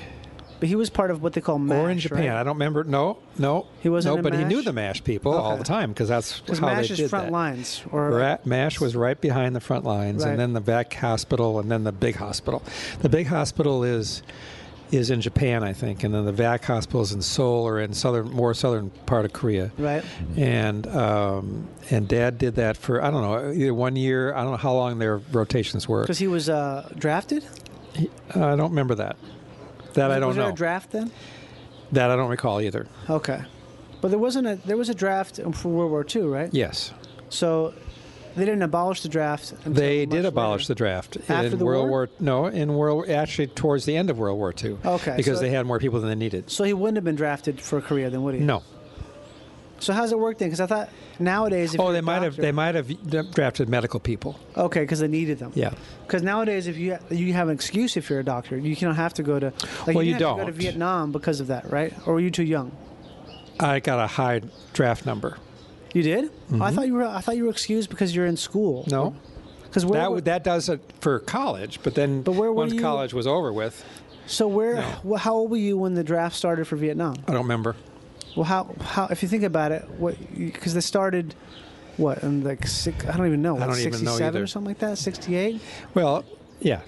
C: But he was part of what they call MASH.
F: or in Japan. I
C: Right?
F: don't remember. No, no,
C: He wasn't
F: No,
C: in
F: but he
C: MASH?
F: knew the Mash people all
C: Okay.
F: the time because that's
C: Because
F: how
C: MASH
F: they
C: is
F: did
C: front
F: that.
C: lines. Or
F: Ra- MASH was right behind the front lines,
C: Right.
F: and then the back hospital, and then the big hospital. The big hospital is is in Japan, I think, and then the vac hospitals in Seoul or in southern, more southern part of Korea.
C: Right.
F: And um, and Dad did that for I don't know either one year. I don't know how long their rotations were.
C: Because he was uh, drafted?
F: I don't remember that. That I don't
C: was
F: know.
C: there a draft then?
F: that I don't recall either.
C: Okay. But there wasn't a there was a draft for World War II, right?
F: Yes.
C: So they didn't abolish the draft. Until
F: They
C: much
F: did abolish
C: later.
F: the draft
C: After
F: in
C: the
F: World
C: war?
F: War? No, in World actually towards the end of World War II.
C: Okay,
F: because
C: so-
F: they had more people than they needed.
C: So he wouldn't have been drafted for Korea, then would he?
F: No.
C: So how's it work then? Because I thought nowadays, if
F: Oh,
C: you're
F: they
C: a
F: might have
C: doctor-
F: they might have drafted medical people.
C: Okay, because they needed them.
F: Yeah.
C: Because nowadays, if you you have an excuse if you're a doctor, you don't have to go to. Like,
F: Well,
C: you,
F: you
C: didn't have To go to
F: don't.
C: Vietnam because of that, right? Or were you too young?
F: I got a high draft number.
C: You did? Oh, I thought you were. I thought you were excused because you're in school.
F: Mm-hmm. No.
C: Because where?
F: That
C: were-
F: would that does it for college, but then
C: But where were
F: once
C: you-
F: college was over with,
C: so where? Well, how old were you when the draft started for Vietnam?
F: I don't remember.
C: Well, how how if you think about it, what because they started. What in like six? I don't even know. Like
F: don't even know
C: 67 or
F: either.
C: something like that. Sixty-eight.
F: Well, yeah.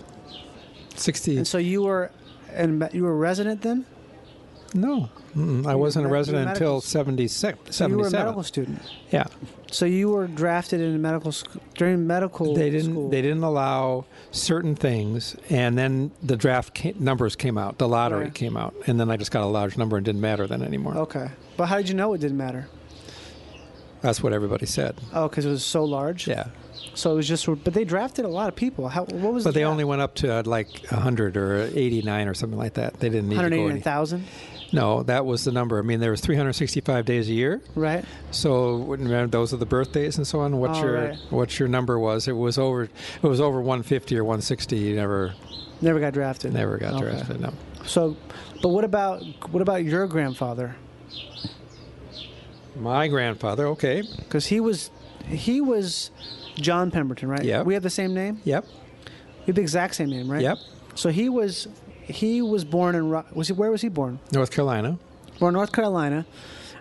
F: 60
C: And so you were, and you were a resident then.
F: No. Mm-mm. I wasn't a
C: med- you were
F: resident
C: medical-
F: until 76
C: You were a medical
F: 77.
C: student.
F: Yeah.
C: So you were drafted in medical sc- during medical.
F: They didn't.
C: School.
F: They didn't allow certain things, and then the draft ca- numbers came out. The lottery
C: Right.
F: came out, and then I just got a large number and didn't matter then anymore.
C: Okay, but how did you know it didn't matter?
F: That's what everybody said.
C: Oh, because it was so large.
F: Yeah,
C: So it was just, but they drafted a lot of people. How? What was?
F: but
C: the
F: they
C: draft?
F: only went up to uh, like 100 or 89 or something like that. They didn't need to go any.
C: 189,000,
F: No, that was the number. I mean, there was 365 days a year,
C: right?
F: so wouldn't remember those are the birthdays and so on. What
C: Oh,
F: your
C: right.
F: what your number was? It was over. It was over 150 or 160. You never
C: Never got drafted.
F: never got
C: Okay.
F: drafted. No.
C: So, but what about what about your grandfather?
F: My grandfather. Okay.
C: Because he was he was John Pemberton, right?
F: Yep.
C: We have the same name.
F: Yep.
C: We have the exact same name, right?
F: Yep.
C: So he was he was born in Ro- was he where was he born?
F: North Carolina.
C: Born in North Carolina,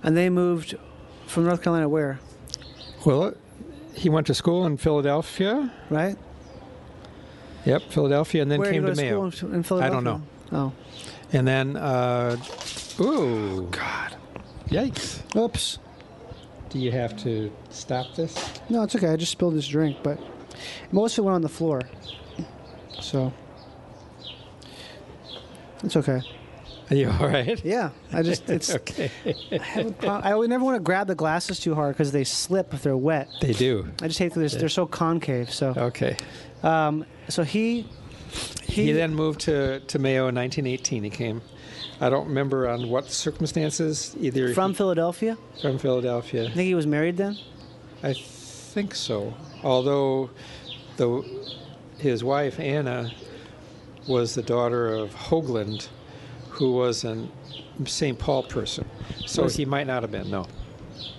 C: and they moved from North Carolina where?
F: Well, he went to school in Philadelphia.
C: Right?
F: Yep, Philadelphia, and then
C: where
F: came
C: did
F: to
C: he
F: Mayo.
C: go to school in, in Philadelphia?
F: I don't know.
C: Oh,
F: And then, uh, ooh, God, yikes!
C: oops.
F: Do you have to stop this?
C: No, it's okay. I just spilled this drink, but most of it went on the floor. So it's okay.
F: Are you all right?
C: Yeah, I just it's
F: Okay.
C: I, have a pro- I would never want to grab the glasses too hard because they slip if they're wet.
F: They do.
C: I just hate that they're, they're so concave. So
F: Okay.
C: um, so he
F: He, then moved to, to Mayo in 1918. He came. I don't remember on what circumstances either.
C: from
F: he-
C: Philadelphia.
F: from Philadelphia.
C: I think he was married then.
F: I think so. Although, the his wife Anna was the daughter of Hoagland, who was an St. Paul person, so he might not have been. No,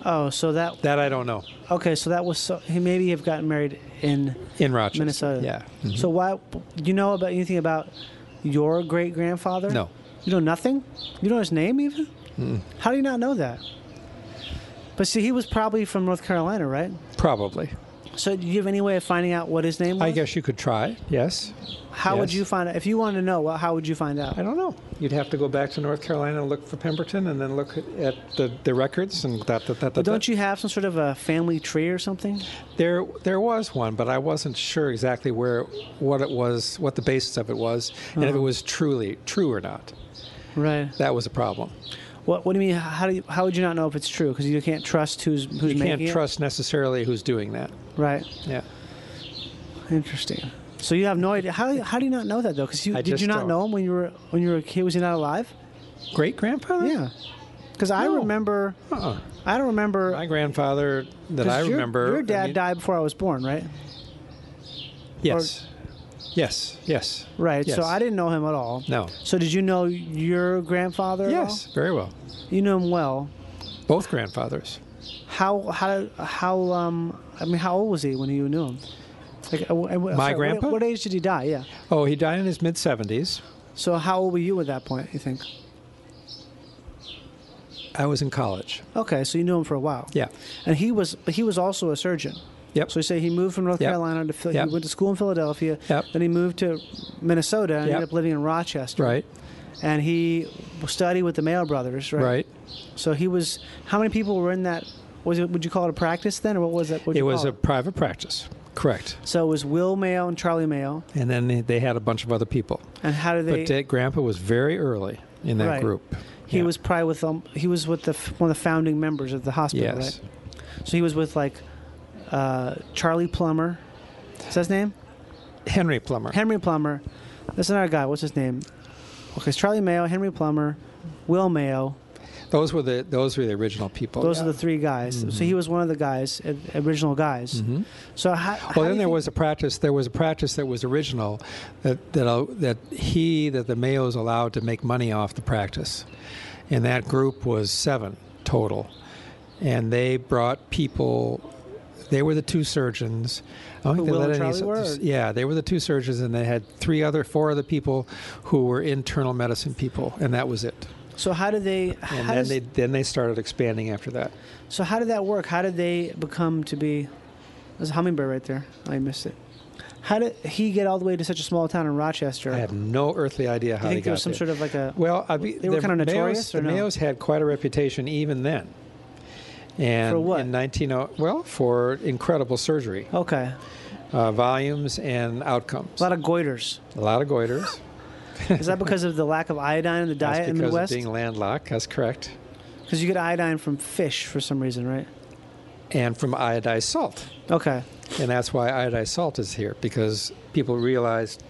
C: Oh, so that
F: that I don't know.
C: okay. So that was so he maybe have gotten married in
F: In Rochester,
C: Minnesota.
F: Yeah. Mm-hmm.
C: So why do you know about anything about your great grandfather?
F: No.
C: You know nothing? You know his name even? How do you not know that? But see, he was probably from North Carolina, right?
F: Probably.
C: So do you have any way of finding out what his name was?
F: I guess you could try. Yes.
C: How would
F: yes.
C: you find out? If you wanted to know, well, how would you find out?
F: I don't know. You'd have to go back to North Carolina and look for Pemberton, and then look at the, the records and that that that.
C: But don't you have some sort of a family tree or something?
F: There, there was one, but I wasn't sure exactly where, what it was, what the basis of it was, and
C: Uh-huh.
F: if it was truly true or not.
C: Right.
F: That was a problem.
C: What What do you mean? How do you, How would you not know if it's true? Because you can't trust who's who's
F: You
C: making
F: can't trust necessarily who's doing that.
C: it. Right.
F: Yeah,
C: Interesting. So you have no idea. How, how do you not know that though? Because you
F: I
C: did
F: just
C: you not
F: don't.
C: know him when you were when you were a kid? Was he not alive?
F: great grandfather.
C: Yeah. Because I
F: No.
C: remember.
F: Uh-uh.
C: I don't remember.
F: my grandfather that
C: 'cause
F: I
C: your-
F: remember.
C: Your,
F: I
C: dad
F: mean-
C: died before I was born, right?
F: Yes, yes, yes.
C: Right. So
F: Yes.
C: I didn't know him at all.
F: No.
C: So did you know your grandfather? at all?
F: Yes, very well.
C: You knew him well.
F: Both grandfathers.
C: How how how um I mean how old was he when you knew him? Like uh, wh- uh, wh-
F: My
C: what-
F: grandpa?
C: What, age did he die? Yeah.
F: Oh, he died in his mid seventies.
C: So how old were you at that point? You think?
F: I was in college.
C: Okay, so you knew him for a while.
F: Yeah.
C: And he was, but he was also a surgeon.
F: Yep.
C: So you say he moved from North
F: Yep.
C: Carolina to Phil-
F: Yep.
C: he went to school in Philadelphia.
F: Yep.
C: Then he moved to Minnesota and
F: Yep.
C: ended up living in Rochester.
F: right.
C: And he studied with the Mail brothers. Right.
F: Right.
C: So he was. How many people were in that? Was it? Would you call it a practice then, or what was that?
F: It was a private practice. Correct.
C: So it was Will Mail and Charlie Mail.
F: And then they, they had a bunch of other people.
C: And how did they?
F: but Dad, Grandpa was very early in that
C: Right.
F: group.
C: he
F: Yeah.
C: was probably with um, he was with the f- one of the founding members of the hospital.
F: Yes.
C: Right? So he was with like uh, Charlie Plummer. Is that his name?
F: Henry Plummer.
C: Henry Plummer. That's another guy. What's his name? Okay, it's Charlie Mayo, Henry Plummer, Will Mayo.
F: Oh, those were the those were the original people.
C: Those are the three guys. So
F: Mm-hmm.
C: he was one of the guys, uh, original guys. So how, how do
F: Well, then
C: you
F: there
C: think-
F: was a practice. There was a practice that was original, that that uh, that he that the Mayos allowed to make money off the practice, and that group was seven total, and they brought people. They were the two surgeons. I don't think
C: Who
F: they
C: Will
F: let
C: and
F: any-
C: Charlie were, or-
F: Yeah, they were the two surgeons, and they had three other, four other people who were internal medicine people, and that was it.
C: so how did they?
F: And
C: How
F: then
C: does,
F: they then they started expanding after that.
C: so how did that work? How did they become to be? There's a hummingbird right there. I missed it. How did he get all the way to such a small town in Rochester?
F: I have no earthly idea how
C: Do you think
F: they
C: there
F: got
C: was some
F: there.
C: sort of like a
F: Well, I be,
C: They were
F: the
C: kinda notorious,
F: Mayos,
C: or
F: the
C: no?
F: Mayos had quite a reputation even then. And
C: For what?
F: In 190, well, for incredible surgery,
C: okay,
F: uh, volumes and outcomes.
C: a lot of goiters.
F: a lot of goiters.
C: Is that because of the lack of iodine in the
F: That's
C: diet in
F: because
C: the Midwest?
F: of being landlocked. That's correct.
C: Because you get iodine from fish for some reason, right?
F: And from iodized salt,
C: Okay,
F: and that's why iodized salt is here because people realized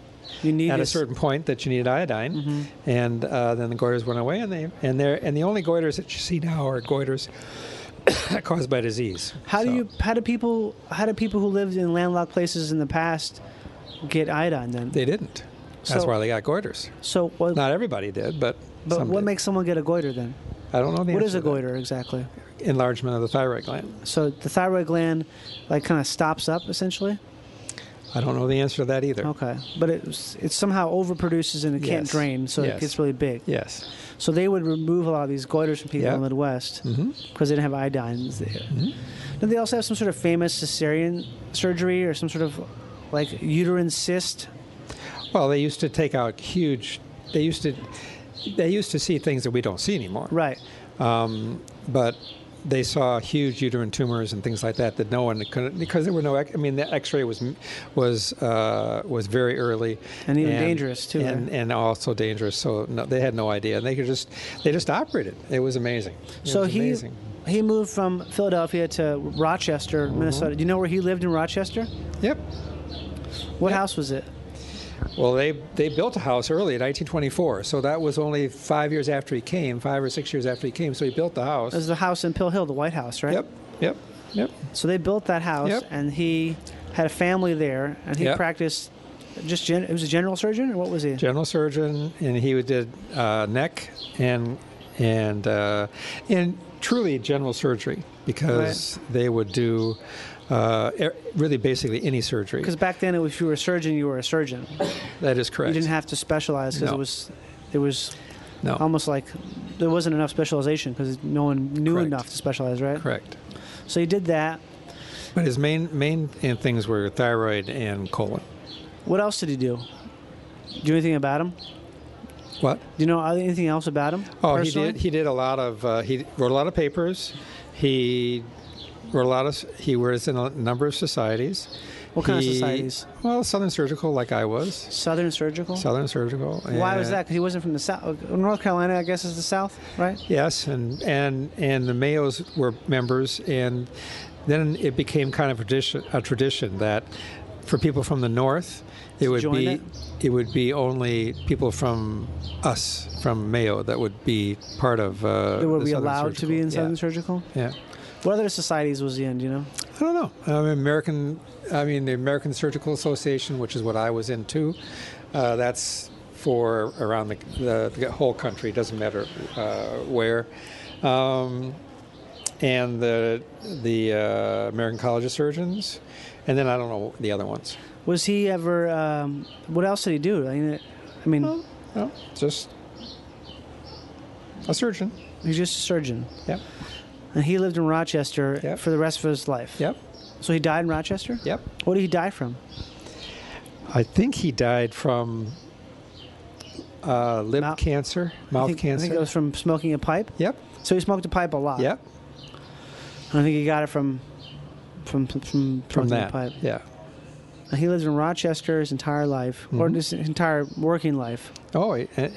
C: you need
F: at a
C: this-
F: certain point that you needed iodine,
C: Mm-hmm.
F: and uh, then the goiters went away, and they and they and the only goiters that you see now are goiters caused by disease.
C: How do
F: So-
C: you? How do people? How do people who lived in landlocked places in the past get iodine then?
F: They didn't. That's
C: So-
F: why they got goiters.
C: so what?
F: Not everybody did, but
C: but
F: some
C: what
F: did.
C: makes someone get a goiter then?
F: I don't know the
C: What
F: answer
C: is a
F: to that.
C: goiter exactly?
F: Enlargement of the thyroid gland.
C: So the thyroid gland, like, kind of stops up essentially.
F: I don't know the answer to that either.
C: Okay, but it it somehow overproduces and it can't
F: Yes.
C: drain, so it
F: Yes.
C: gets really big.
F: Yes.
C: So they would remove a lot of these goiters from people
F: Yeah. Mm-hmm.
C: in the Midwest because they didn't have iodines there. Did they also have some sort of famous cesarean surgery or some sort of like uterine cyst?
F: Well, they used to take out huge. They used to. They used to see things that we don't see anymore.
C: Right.
F: Um, but they saw huge uterine tumors and things like that that no one could because there were no. ex- I mean, the X-ray was was uh, was very early
C: And even dangerous, too,
F: and,
C: right?
F: and also dangerous. So no, they had no idea. And they could just they just operated. It was amazing. It
C: so
F: was
C: he
F: amazing.
C: he moved from Philadelphia to Rochester,
F: Mm-hmm.
C: Minnesota. Do you know where he lived in Rochester?
F: Yep.
C: What house was it?
F: Well, they they built a house early in 1924. So that was only five years after he came, five or six years after he came. So he built the house.
C: It was the house in Pill Hill, the White House, right?
F: Yep. Yep. Yep.
C: So they built that house,
F: Yep.
C: and he had a family there, and he
F: Yep.
C: practiced. Just gen- it was a general surgeon, or what was he?
F: general surgeon, and he did uh, neck and and uh, and truly general surgery because they would do uh, e- really basically any surgery.
C: Because back then, if you were a surgeon, you were a surgeon.
F: That is correct.
C: You didn't have to specialize because
F: No.
C: it was, it was
F: no
C: almost like there wasn't enough specialization because no one knew
F: Correct.
C: enough to specialize, right?
F: correct.
C: So he did that.
F: But his main main uh, things were thyroid and colon.
C: What else did he do? Do you know anything about him?
F: What?
C: Do you know anything else about him?
F: Oh,
C: personally?
F: he did. He did a lot of. Uh, he wrote a lot of papers. He wrote a lot of. He was in a number of societies.
C: What kind of
F: He-
C: societies?
F: Well, Southern Surgical, like I was.
C: Southern Surgical.
F: Southern Surgical.
C: Why was
F: and-
C: that? Because he wasn't from the south. North Carolina, I guess, is the south, right?
F: Yes, and and and the Mayos were members, and then it became kind of tradition, a tradition that for people from the north, it would
C: join
F: be
C: it?
F: it? would be only people from us from Mayo that would be part of. Uh,
C: They were
F: the
C: we
F: Southern
C: allowed to be in
F: Surgical.
C: Southern Surgical?
F: Yeah. yeah.
C: What other societies was he in? Do you know?
F: I don't know. I mean, American. I mean, the American Surgical Association, which is what I was in too. Uh, that's for around the, the, the whole country. Doesn't matter uh, where. Um, and the the uh, American College of Surgeons, and then I don't know the other ones.
C: Was he ever? Um, what else did he do? I mean, I mean,
F: No, just a surgeon.
C: He's just a surgeon.
F: Yep.
C: And he lived in Rochester
F: Yep.
C: for the rest of his life.
F: Yep.
C: So he died in Rochester?
F: Yep.
C: What did he die from?
F: I think he died from uh, lip
C: Mouth-
F: cancer, mouth
C: I think, I
F: cancer.
C: think it was from smoking a pipe.
F: yep.
C: So he smoked a pipe a lot.
F: Yep.
C: And I think he got it from from from, from,
F: From
C: smoking a
F: that.
C: pipe.
F: Yeah.
C: And he lives in Rochester his entire life, or
F: Mm-hmm.
C: his entire working life.
F: Oh, eh, eh,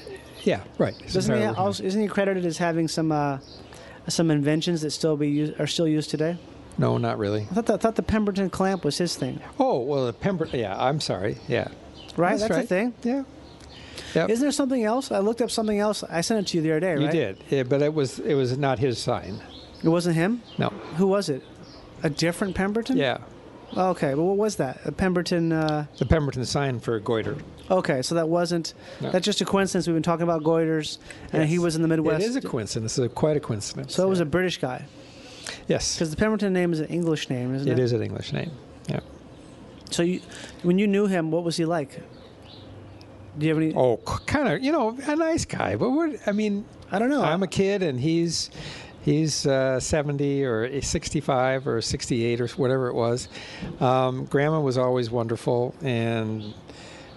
F: yeah. Right. His
C: Doesn't he
F: entire working-
C: also, isn't he credited as having some uh, some inventions that still be used, are still used today?
F: no, not really.
C: I thought the, I thought the Pemberton clamp was his thing,
F: Oh, well, the Pemberton. Yeah, I'm sorry. Yeah.
C: right?
F: That's
C: the
F: right.
C: thing.
F: Yeah. Yep.
C: Isn't there something else? I looked up something else. I sent it to you the other day,
F: you
C: right?
F: did, yeah, but it was it was not his sign.
C: It wasn't him.
F: No.
C: Who was it? A different Pemberton?
F: Yeah.
C: Oh, okay. Well, what was that? A Pemberton. Uh,
F: The Pemberton sign for goiter.
C: okay, so that wasn't.
F: No.
C: That's just a coincidence. We've been talking about goiters, and
F: Yes.
C: he was in the Midwest.
F: It is a coincidence. It's a, quite a coincidence.
C: so it was
F: yeah.
C: a British guy,
F: yes.
C: because the Pemberton name is an English name, isn't it?
F: It is an English name. Yeah.
C: So, you, when you knew him, what was he like? Do you have any?
F: Oh, kind of. You know, a nice guy, but what? I mean,
C: I don't know.
F: I'm a kid, and he's he's uh, 70 or 65 or 68 or whatever it was. Um, grandma was always wonderful, and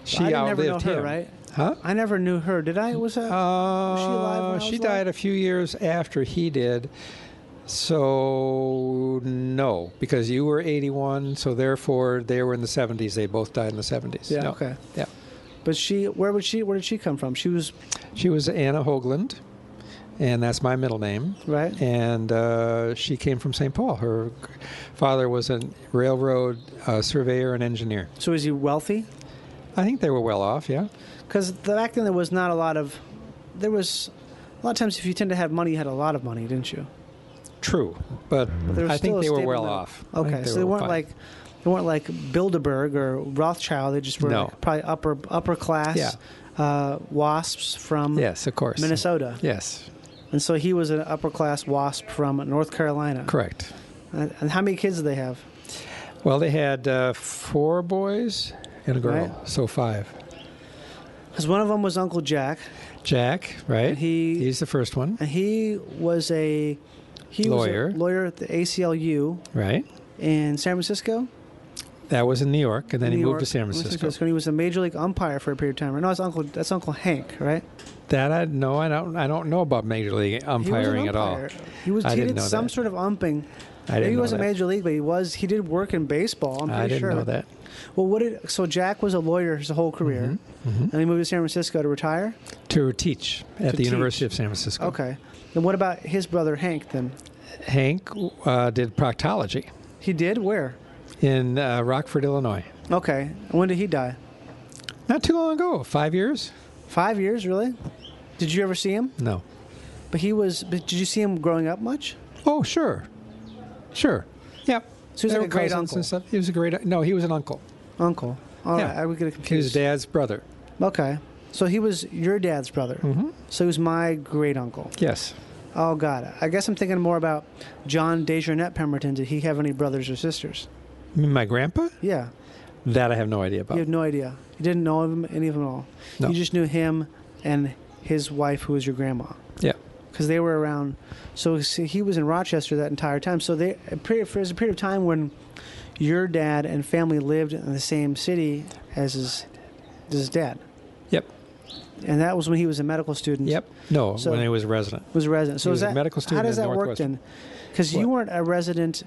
F: she
C: I didn't ever know
F: outlived
C: her,
F: him.
C: right?
F: Huh?
C: I never knew her. Did I? Was that?
F: Uh,
C: she alive when I
F: she
C: was alive?
F: died a few years after he did. So no, because you were 81, so therefore they were in the 70s. They both died in the 70s.
C: Yeah,
F: No.
C: okay.
F: Yeah.
C: but she. Where would she? Where did she come from? She was
F: She was Anna Hoagland, and that's my middle name.
C: right.
F: And uh, she came from St. Paul. Her g- father was a railroad uh, surveyor and engineer.
C: So is he wealthy?
F: I think they were well off, yeah.
C: Because back then there was not a lot of, there was, a lot of times if you tend to have money, you had a lot of money, didn't you?
F: True, but
C: There was
F: I think
C: still a
F: they were
C: stable
F: well
C: middle-
F: off. I
C: Okay,
F: think
C: so they
F: were
C: weren't
F: fine.
C: like, they weren't like Bilderberg or Rothschild. They just were
F: No.
C: like probably upper upper class
F: Yeah.
C: uh, wasps from
F: yes, of course,
C: Minnesota.
F: Yes,
C: And so he was an upper class wasp from North Carolina.
F: correct.
C: And, and how many kids did they have?
F: Well, they had uh, four boys and a girl,
C: Right.
F: so five.
C: Because one of them was Uncle Jack,
F: Jack, right?
C: He-
F: he's the first one,
C: and he was a he
F: Lawyer.
C: was a lawyer at the ACLU
F: right?
C: in San Francisco.
F: That was in New York, and then he
C: New
F: moved
C: York-
F: to San
C: San
F: Francisco.
C: Francisco. And he was a major league umpire for a period of time. Right? No, that's Uncle. That's Uncle Hank, right?
F: That I no, I don't. I don't know about major league
C: He was an
F: umpiring at all.
C: umpire. He was.
F: I
C: he
F: didn't
C: did
F: know
C: some
F: that.
C: sort of umping.
F: I
C: Maybe
F: didn't
C: he
F: know
C: wasn't
F: that.
C: major league, but he was. He did work in baseball. I'm pretty
F: I didn't
C: sure.
F: know that.
C: Well, what did so Jack was a lawyer his whole career,
F: Mm-hmm.
C: and he moved to San Francisco to retire.
F: To teach at
C: To
F: the University
C: teach.
F: of San Francisco.
C: Okay. Then what about his brother Hank? Then
F: Hank uh, did proctology
C: he did where?
F: in uh, Rockford, Illinois.
C: Okay. When did he die?
F: Not too long ago, five years?
C: Five years, really? Did you ever see him?
F: No.
C: But he was. But did you see him growing up much?
F: Oh, sure, sure. Yep.
C: So he was
F: They
C: like
F: were
C: a great
F: cousins
C: uncle.
F: and stuff. He was a great. No, he was an uncle.
C: Uncle. All right.
F: Yeah.
C: I would get it
F: He was
C: confused.
F: dad's brother.
C: Okay. So he was your dad's brother. Mm-hmm. So he was my great uncle.
F: Yes.
C: Oh, God. I guess I'm thinking more about John Desjardins Pemberton. Did he have any brothers or sisters?
F: You mean My grandpa?
C: Yeah.
F: That I have no idea about.
C: You have no idea. You didn't know him, any of them at all.
F: No.
C: You just knew him and his wife, who was your grandma,
F: yeah.
C: because they were around. So see, he was in Rochester that entire time. So they, a period, for a period of time when your dad and family lived in the same city as his, as his dad.
F: Yep.
C: And that was when he was a medical student.
F: Yep. No,
C: So-
F: when he was a resident.
C: was a resident. So
F: He
C: is
F: was a
C: that,
F: medical student
C: How does
F: at
C: that work
F: Northwestern.
C: then? Because you weren't a resident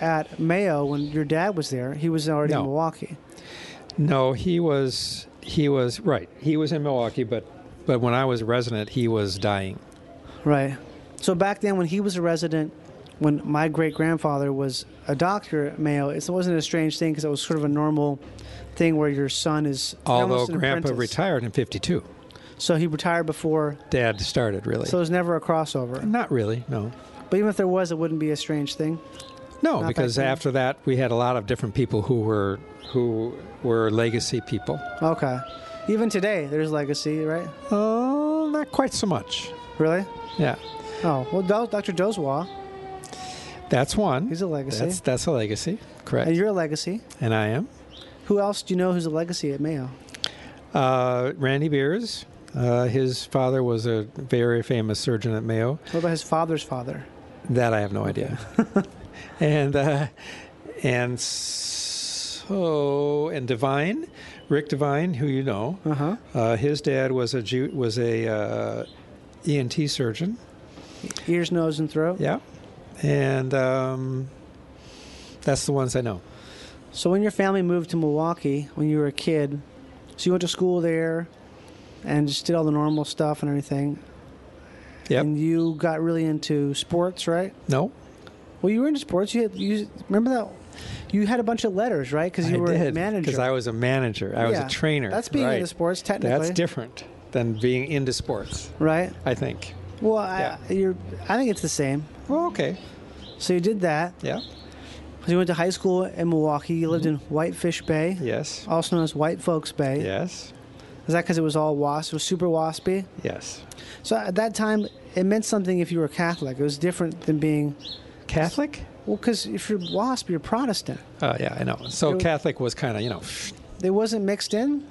C: at Mayo when your dad was there. He was already in
F: No.
C: Milwaukee.
F: No, he was. He was right. He was in Milwaukee, but but when I was a resident, he was dying.
C: Right. So back then, when he was a resident, when my great grandfather was a doctor at Mayo, it wasn't a strange thing because it was sort of a normal thing where your son is
F: Although
C: almost an
F: Grandpa
C: apprentice.
F: retired in '52,
C: So he retired before.
F: Dad started really.
C: So there's never a crossover.
F: not really. No.
C: But even if there was, it wouldn't be a strange thing.
F: No,
C: back
F: because
C: then.
F: after that we had a lot of different people who were who were legacy people.
C: Okay. Even today, there's legacy, right?
F: Oh, not quite so much.
C: Really?
F: Yeah,
C: Oh well, Do- Dr. Dozwa,
F: that's one.
C: He's a legacy.
F: That's that's a legacy, correct?
C: and you're a legacy.
F: and I am
C: Who else do you know who's a legacy at Mayo?
F: uh, Randy Beers Uh, his father was a very famous surgeon at Mayo.
C: What about his father's father?
F: That I have no idea. and uh, and so and Divine, Rick Divine, who you know,
C: Uh-huh.
F: uh, his dad was a Jew, was a uh, ENT surgeon.
C: Ears, nose, and throat.
F: Yeah, and um, that's the ones I know.
C: So when your family moved to Milwaukee when you were a kid, so you went to school there, and just did all the normal stuff and everything.
F: Yep.
C: And you got really into sports, right?
F: no.
C: Well, you were into sports. You had, you remember that you had a bunch of letters, right? Because you
F: I
C: were a
F: did,
C: manager.
F: Because I was a manager. I was
C: Yeah.
F: a trainer.
C: That's being
F: right.
C: into sports, technically.
F: That's different than being into sports.
C: right?
F: I think.
C: Well, I,
F: Yeah.
C: you're. I think it's the same.
F: Well, okay.
C: So you did that.
F: Yeah.
C: So you went to high school in Milwaukee. You lived
F: Mm-hmm.
C: in Whitefish Bay,
F: Yes.
C: also known as White Folks Bay.
F: Yes.
C: Is that because it was all wasp? It was super waspy.
F: Yes.
C: So at that time, it meant something if you were Catholic. It was different than being
F: Catholic?
C: well, because if you're wasp, you're Protestant.
F: Uh, yeah, I know. So Catholic was kind of, you know,
C: It wasn't mixed in.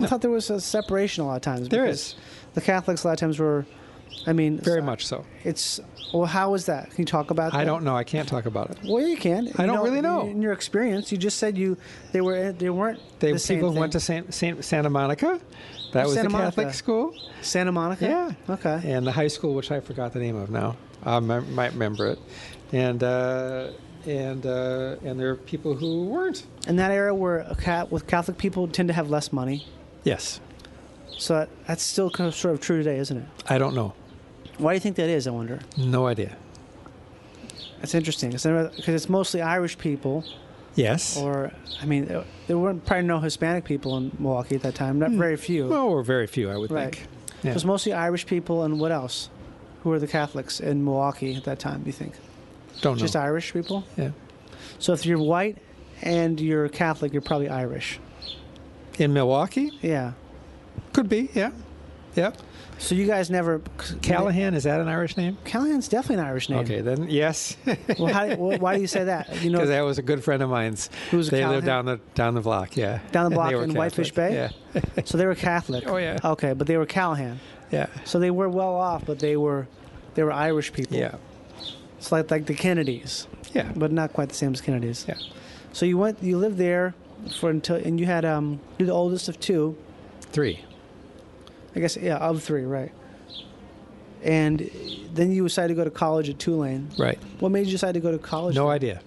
C: I thought there was a separation a lot of times.
F: There
C: because
F: is.
C: The Catholics a lot of times were, I mean,
F: very
C: it's-
F: much so.
C: It's well, how was that? Can you talk about?
F: I
C: that?
F: don't know. I can't talk about it.
C: Well, you can.
F: I
C: You
F: don't really know.
C: In your experience, you just said you they were they weren't.
F: They
C: the same
F: people
C: thing.
F: went to Saint, Saint, Santa Monica. That was
C: Santa
F: the Catholic
C: Monica.
F: school.
C: Santa Monica.
F: Yeah.
C: Okay.
F: And the high school, which I forgot the name of now, I m- might remember it. And uh, and uh, and there are people who weren't.
C: In that era, where a cat with Catholic people tend to have less money,
F: Yes.
C: so that, that's still kind of sort of true today, isn't it?
F: I don't know.
C: Why do you think that is? I wonder.
F: No idea.
C: That's interesting because it's mostly Irish people,
F: Yes.
C: or I mean, there- there weren't probably no Hispanic people in Milwaukee at that time. Not very few.
F: well, or very few, I would
C: Right.
F: think.
C: It
F: Yeah.
C: was mostly Irish people, and what else? Who were the Catholics in Milwaukee at that time? You think
F: Don't know.
C: just Irish people?
F: yeah.
C: So if you're white and you're Catholic, you're probably Irish.
F: In Milwaukee,
C: Yeah.
F: could be. Yeah. Yeah.
C: So you guys never
F: Callahan is that an Irish name?
C: Callahan's definitely an Irish name.
F: Okay, then yes, because
C: Well, how, wh- why do you say that? You know,
F: that was a good friend of mine's.
C: Who's a
F: they live
C: Callahan?
F: down the down the block, yeah.
C: Down the
F: And they
C: block
F: were
C: in
F: Catholic,
C: Whitefish Bay?
F: Yeah,
C: so they were Catholic.
F: Oh, yeah.
C: Okay, but they were Callahan.
F: yeah,
C: So they were well off, but they were they were Irish people.
F: yeah,
C: It's like like the Kennedys,
F: yeah,
C: but not quite the same as Kennedys.
F: yeah.
C: So you went you lived there for until and you had um you're the oldest of two,
F: Three.
C: I guess yeah of three right. And then you decided to go to college at Tulane.
F: Right.
C: What made you decide to go to college?
F: No
C: there?
F: idea.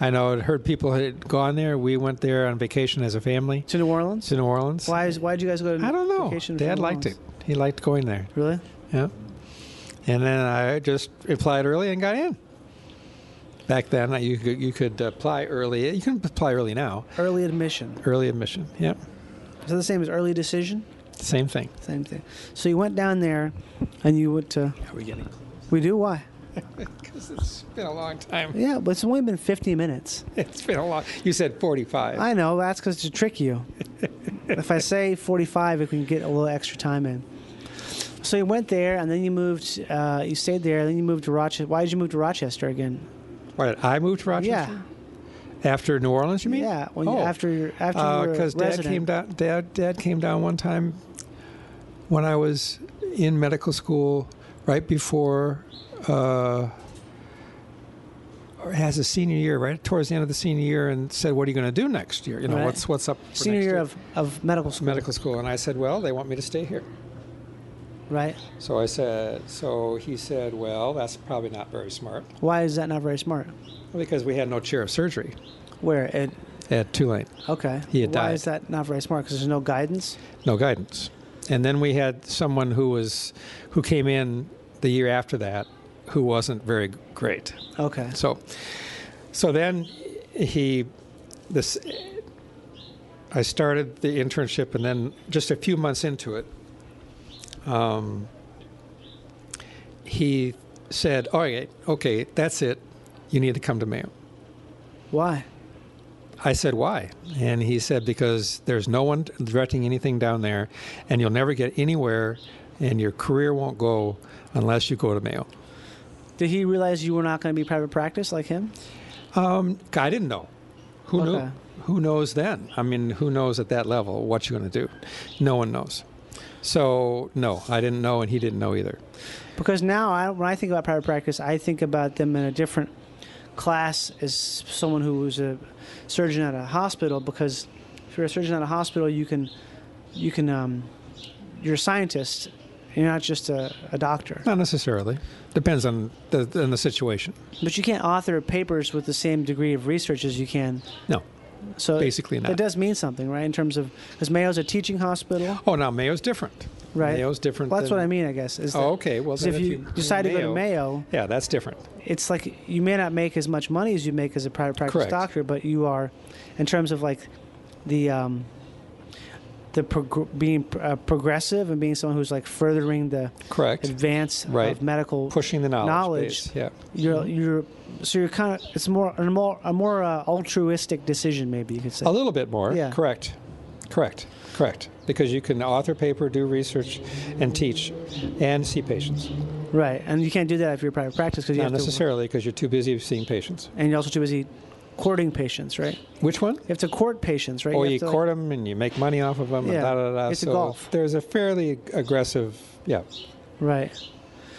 F: I know. I heard people had gone there. We went there on vacation as a family
C: To New Orleans.
F: to New Orleans.
C: Why is why did you guys go to?
F: I don't know.
C: vacation to
F: Dad
C: New
F: liked it.
C: Orleans?
F: He liked going there.
C: Really?
F: Yeah. And then I just applied early and got in. Back then, you could, you could apply early. You can apply early now.
C: Early admission.
F: Early admission. Yeah.
C: Is that the same as early decision?
F: Same thing.
C: Same thing. So you went down there, and you went to.
F: Are we getting?
C: We do why?
F: Because it's been a long time.
C: Yeah, but it's only been 50 minutes.
F: It's been a long. You said forty-five.
C: I know that's because to trick you. if I say 45, it can get a little extra time in. So you went there, and then you moved. Uh, you stayed there, and then you moved to Rochester. Why did you move to Rochester again?
F: Why did I move to Rochester? Yeah. After New Orleans, you mean?
C: Yeah, when you- after your- after you were a
F: because Dad
C: resident.
F: came down. Dad Dad came down one time when I was in medical school, right before. Uh, or as a senior year, right towards the end of the senior year, and said, "What are you going to do next year? You know,
C: Right.
F: what's what's up?" for
C: Senior
F: next
C: year of, of medical school.
F: medical school, and I said, "Well, they want me to stay here."
C: Right.
F: So I said, so he said, well, that's probably not very smart
C: Why is that not very smart?
F: because we had no chair of surgery
C: Where it
F: at Tulane,
C: Okay.
F: He
C: Why
F: had died.
C: is that not very smart? Because there's no guidance.
F: no guidance. And then we had someone who was, who came in the year after that, who wasn't very great.
C: Okay.
F: So, so then he, this, I started the internship, and then just a few months into it, um, he said, "All right, okay, that's it. You need to come to Mayo."
C: Why?
F: I said, why? And he said, because there's no one directing anything down there, and you'll never get anywhere, and your career won't go unless you go to Mayo.
C: Did he realize you were not going to be private practice like him?
F: I didn't know. Who
C: Okay.
F: knew? Who knows then? I mean, who knows at that level what you're going to do? No one knows. So no, I didn't know, and he didn't know either.
C: Because now, I, when I think about private practice, I think about them in a different class as someone who was a surgeon at a hospital. Because if you're a surgeon at a hospital, you can, you can, um, you're a scientist. You're not just a, a doctor.
F: Not necessarily. Depends on the on the situation.
C: But you can't author papers with the same degree of research as you can.
F: No.
C: So it-
F: Basically not.
C: It does mean something, right? In terms of because Mayo's a teaching hospital,
F: Oh, now Mayo's different.
C: right?
F: Mayo's different.
C: Well, that's
F: than-
C: what I mean, I guess. Is that-
F: Oh, okay. Well,
C: 'cause
F: then
C: if you
F: do
C: decide to go to Mayo,
F: yeah, that's different.
C: it's like you may not make as much money as you make as a private practice
F: Correct.
C: doctor, but you are, in terms of like the um, the prog- being uh, progressive and being someone who's like furthering the
F: Correct.
C: advance
F: Right.
C: of medical
F: Pushing the knowledge.
C: knowledge.
F: base. Yeah.
C: You're you're so you're kind of it's more a more a more uh, altruistic decision maybe you could say.
F: A little bit more.
C: Yeah.
F: Correct. Correct. Correct. Because you can author paper, do research, and teach, and see patients.
C: Right, and you can't do that if you're a private practice because you
F: Not
C: have to,
F: necessarily because you're too busy seeing patients.
C: and you're also too busy courting patients, right? You
F: Which one?
C: have to court patients, right?
F: Or
C: have
F: you
C: to, like-
F: court them and you make money off of them.
C: Yeah.
F: And da, da, da, da.
C: It's a
F: so
C: golf.
F: There's a fairly aggressive. Yeah.
C: Right.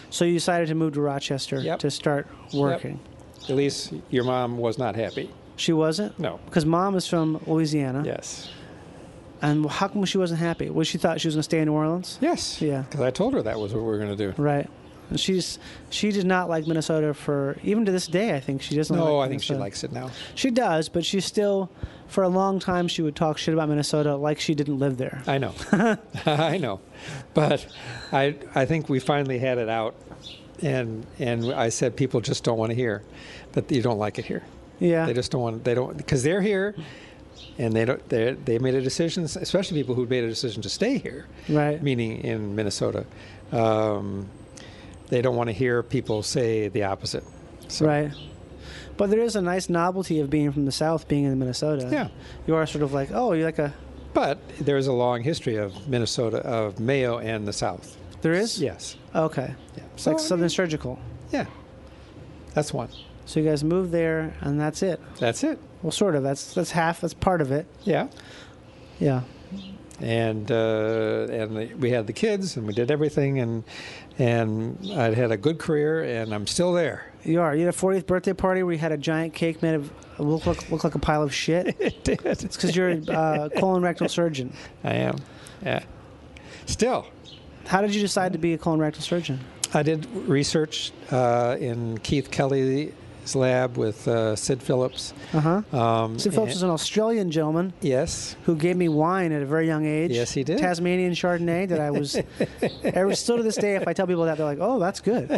C: So you decided to move to Rochester
F: Yep.
C: to start working.
F: At least your mom was not happy.
C: She wasn't?
F: No.
C: Because mom is from Louisiana.
F: Yes.
C: And how come she wasn't happy? Well, she thought she was going to stay in New Orleans?
F: Yes.
C: Yeah.
F: Because I told her that was what we were going to do.
C: Right. And she's she did not like Minnesota for even to this day. I think she doesn't.
F: No,
C: like
F: I think she
C: Minnesota.
F: likes it now.
C: She does, but she still, for a long time, she would talk shit about Minnesota like she didn't live there.
F: I know. I know. But I I think we finally had it out. And and I said people just don't want to hear that you don't like it here.
C: Yeah.
F: They just don't want they don't because they're here and they don't they they made a decision, especially people who made a decision to stay here.
C: Right.
F: Meaning in Minnesota. Um, they don't want to hear people say the opposite. So,
C: Right. But there is a nice novelty of being from the South, being in Minnesota.
F: Yeah.
C: You are sort of like, oh, you're like a.
F: But there's a long history of Minnesota of Mayo and the South.
C: There is?
F: Yes.
C: Okay.
F: Yeah.
C: It's
F: So,
C: like
F: I
C: Southern
F: mean,
C: Surgical.
F: Yeah. That's one.
C: So you guys moved there, and that's it.
F: That's it.
C: Well, sort of. That's that's half. That's part of it.
F: Yeah.
C: Yeah.
F: And uh, and we had the kids and we did everything and and I had a good career and I'm still there.
C: You are. You had a 40th birthday party where you had a giant cake made of look like, look like a pile of shit. It's
F: It did.
C: because you're a uh, colon rectal surgeon.
F: I am. Yeah. Still,
C: How did you decide to be a colon rectal surgeon?
F: I did research uh, in Keith Kelly's lab with uh, Sid Phillips.
C: Uh huh.
F: Um,
C: Sid Phillips is an Australian gentleman
F: Yes.
C: who gave me wine at a very young age.
F: Yes, he did.
C: Tasmanian Chardonnay that I was. ever still to this day, if I tell people that, they're like, "Oh, that's good."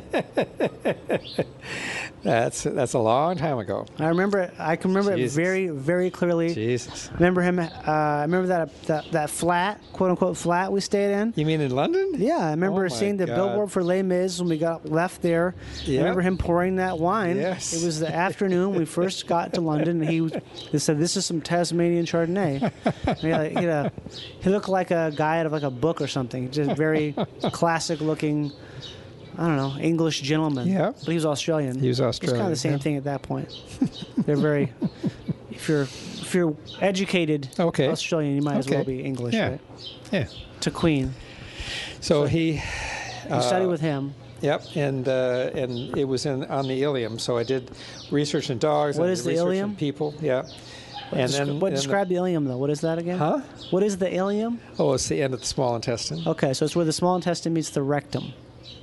F: That's that's a long time ago.
C: I remember. It, I can remember
F: Jesus.
C: it very, very clearly.
F: Jesus.
C: Remember him? Uh, I remember that, that that flat, quote unquote flat we stayed in.
F: You mean in London?
C: Yeah, I remember
F: Oh my
C: seeing the
F: God.
C: billboard for Les Mis when we got left there.
F: Yeah.
C: I remember him pouring that wine.
F: Yes.
C: It was the afternoon we first got to London, and he, was- they said, "This is some Tasmanian Chardonnay." And he, had a- he, had a- he looked like a guy out of like a book or something. Just very classic looking. I don't know, English gentleman.
F: Yeah.
C: But he was Australian.
F: He was
C: It's kind
F: Australian,
C: of the same
F: yeah.
C: thing at that point. They're very, if you're if you're educated
F: Okay.
C: Australian, you might as well
F: Okay.
C: be English,
F: Yeah.
C: right?
F: Yeah.
C: To Queen,
F: So he
C: you
F: Uh,
C: study with him.
F: Yep, and uh, and it was in on the ileum. So I did research in dogs.
C: What
F: I did
C: is the
F: research in
C: ileum?
F: People. Yeah.
C: Descri-
F: And then
C: what
F: and
C: describe the ileum though? What is that again?
F: Huh?
C: What is the ileum?
F: The, oh, it's the end of the small intestine.
C: Okay, so it's where the small intestine meets the rectum.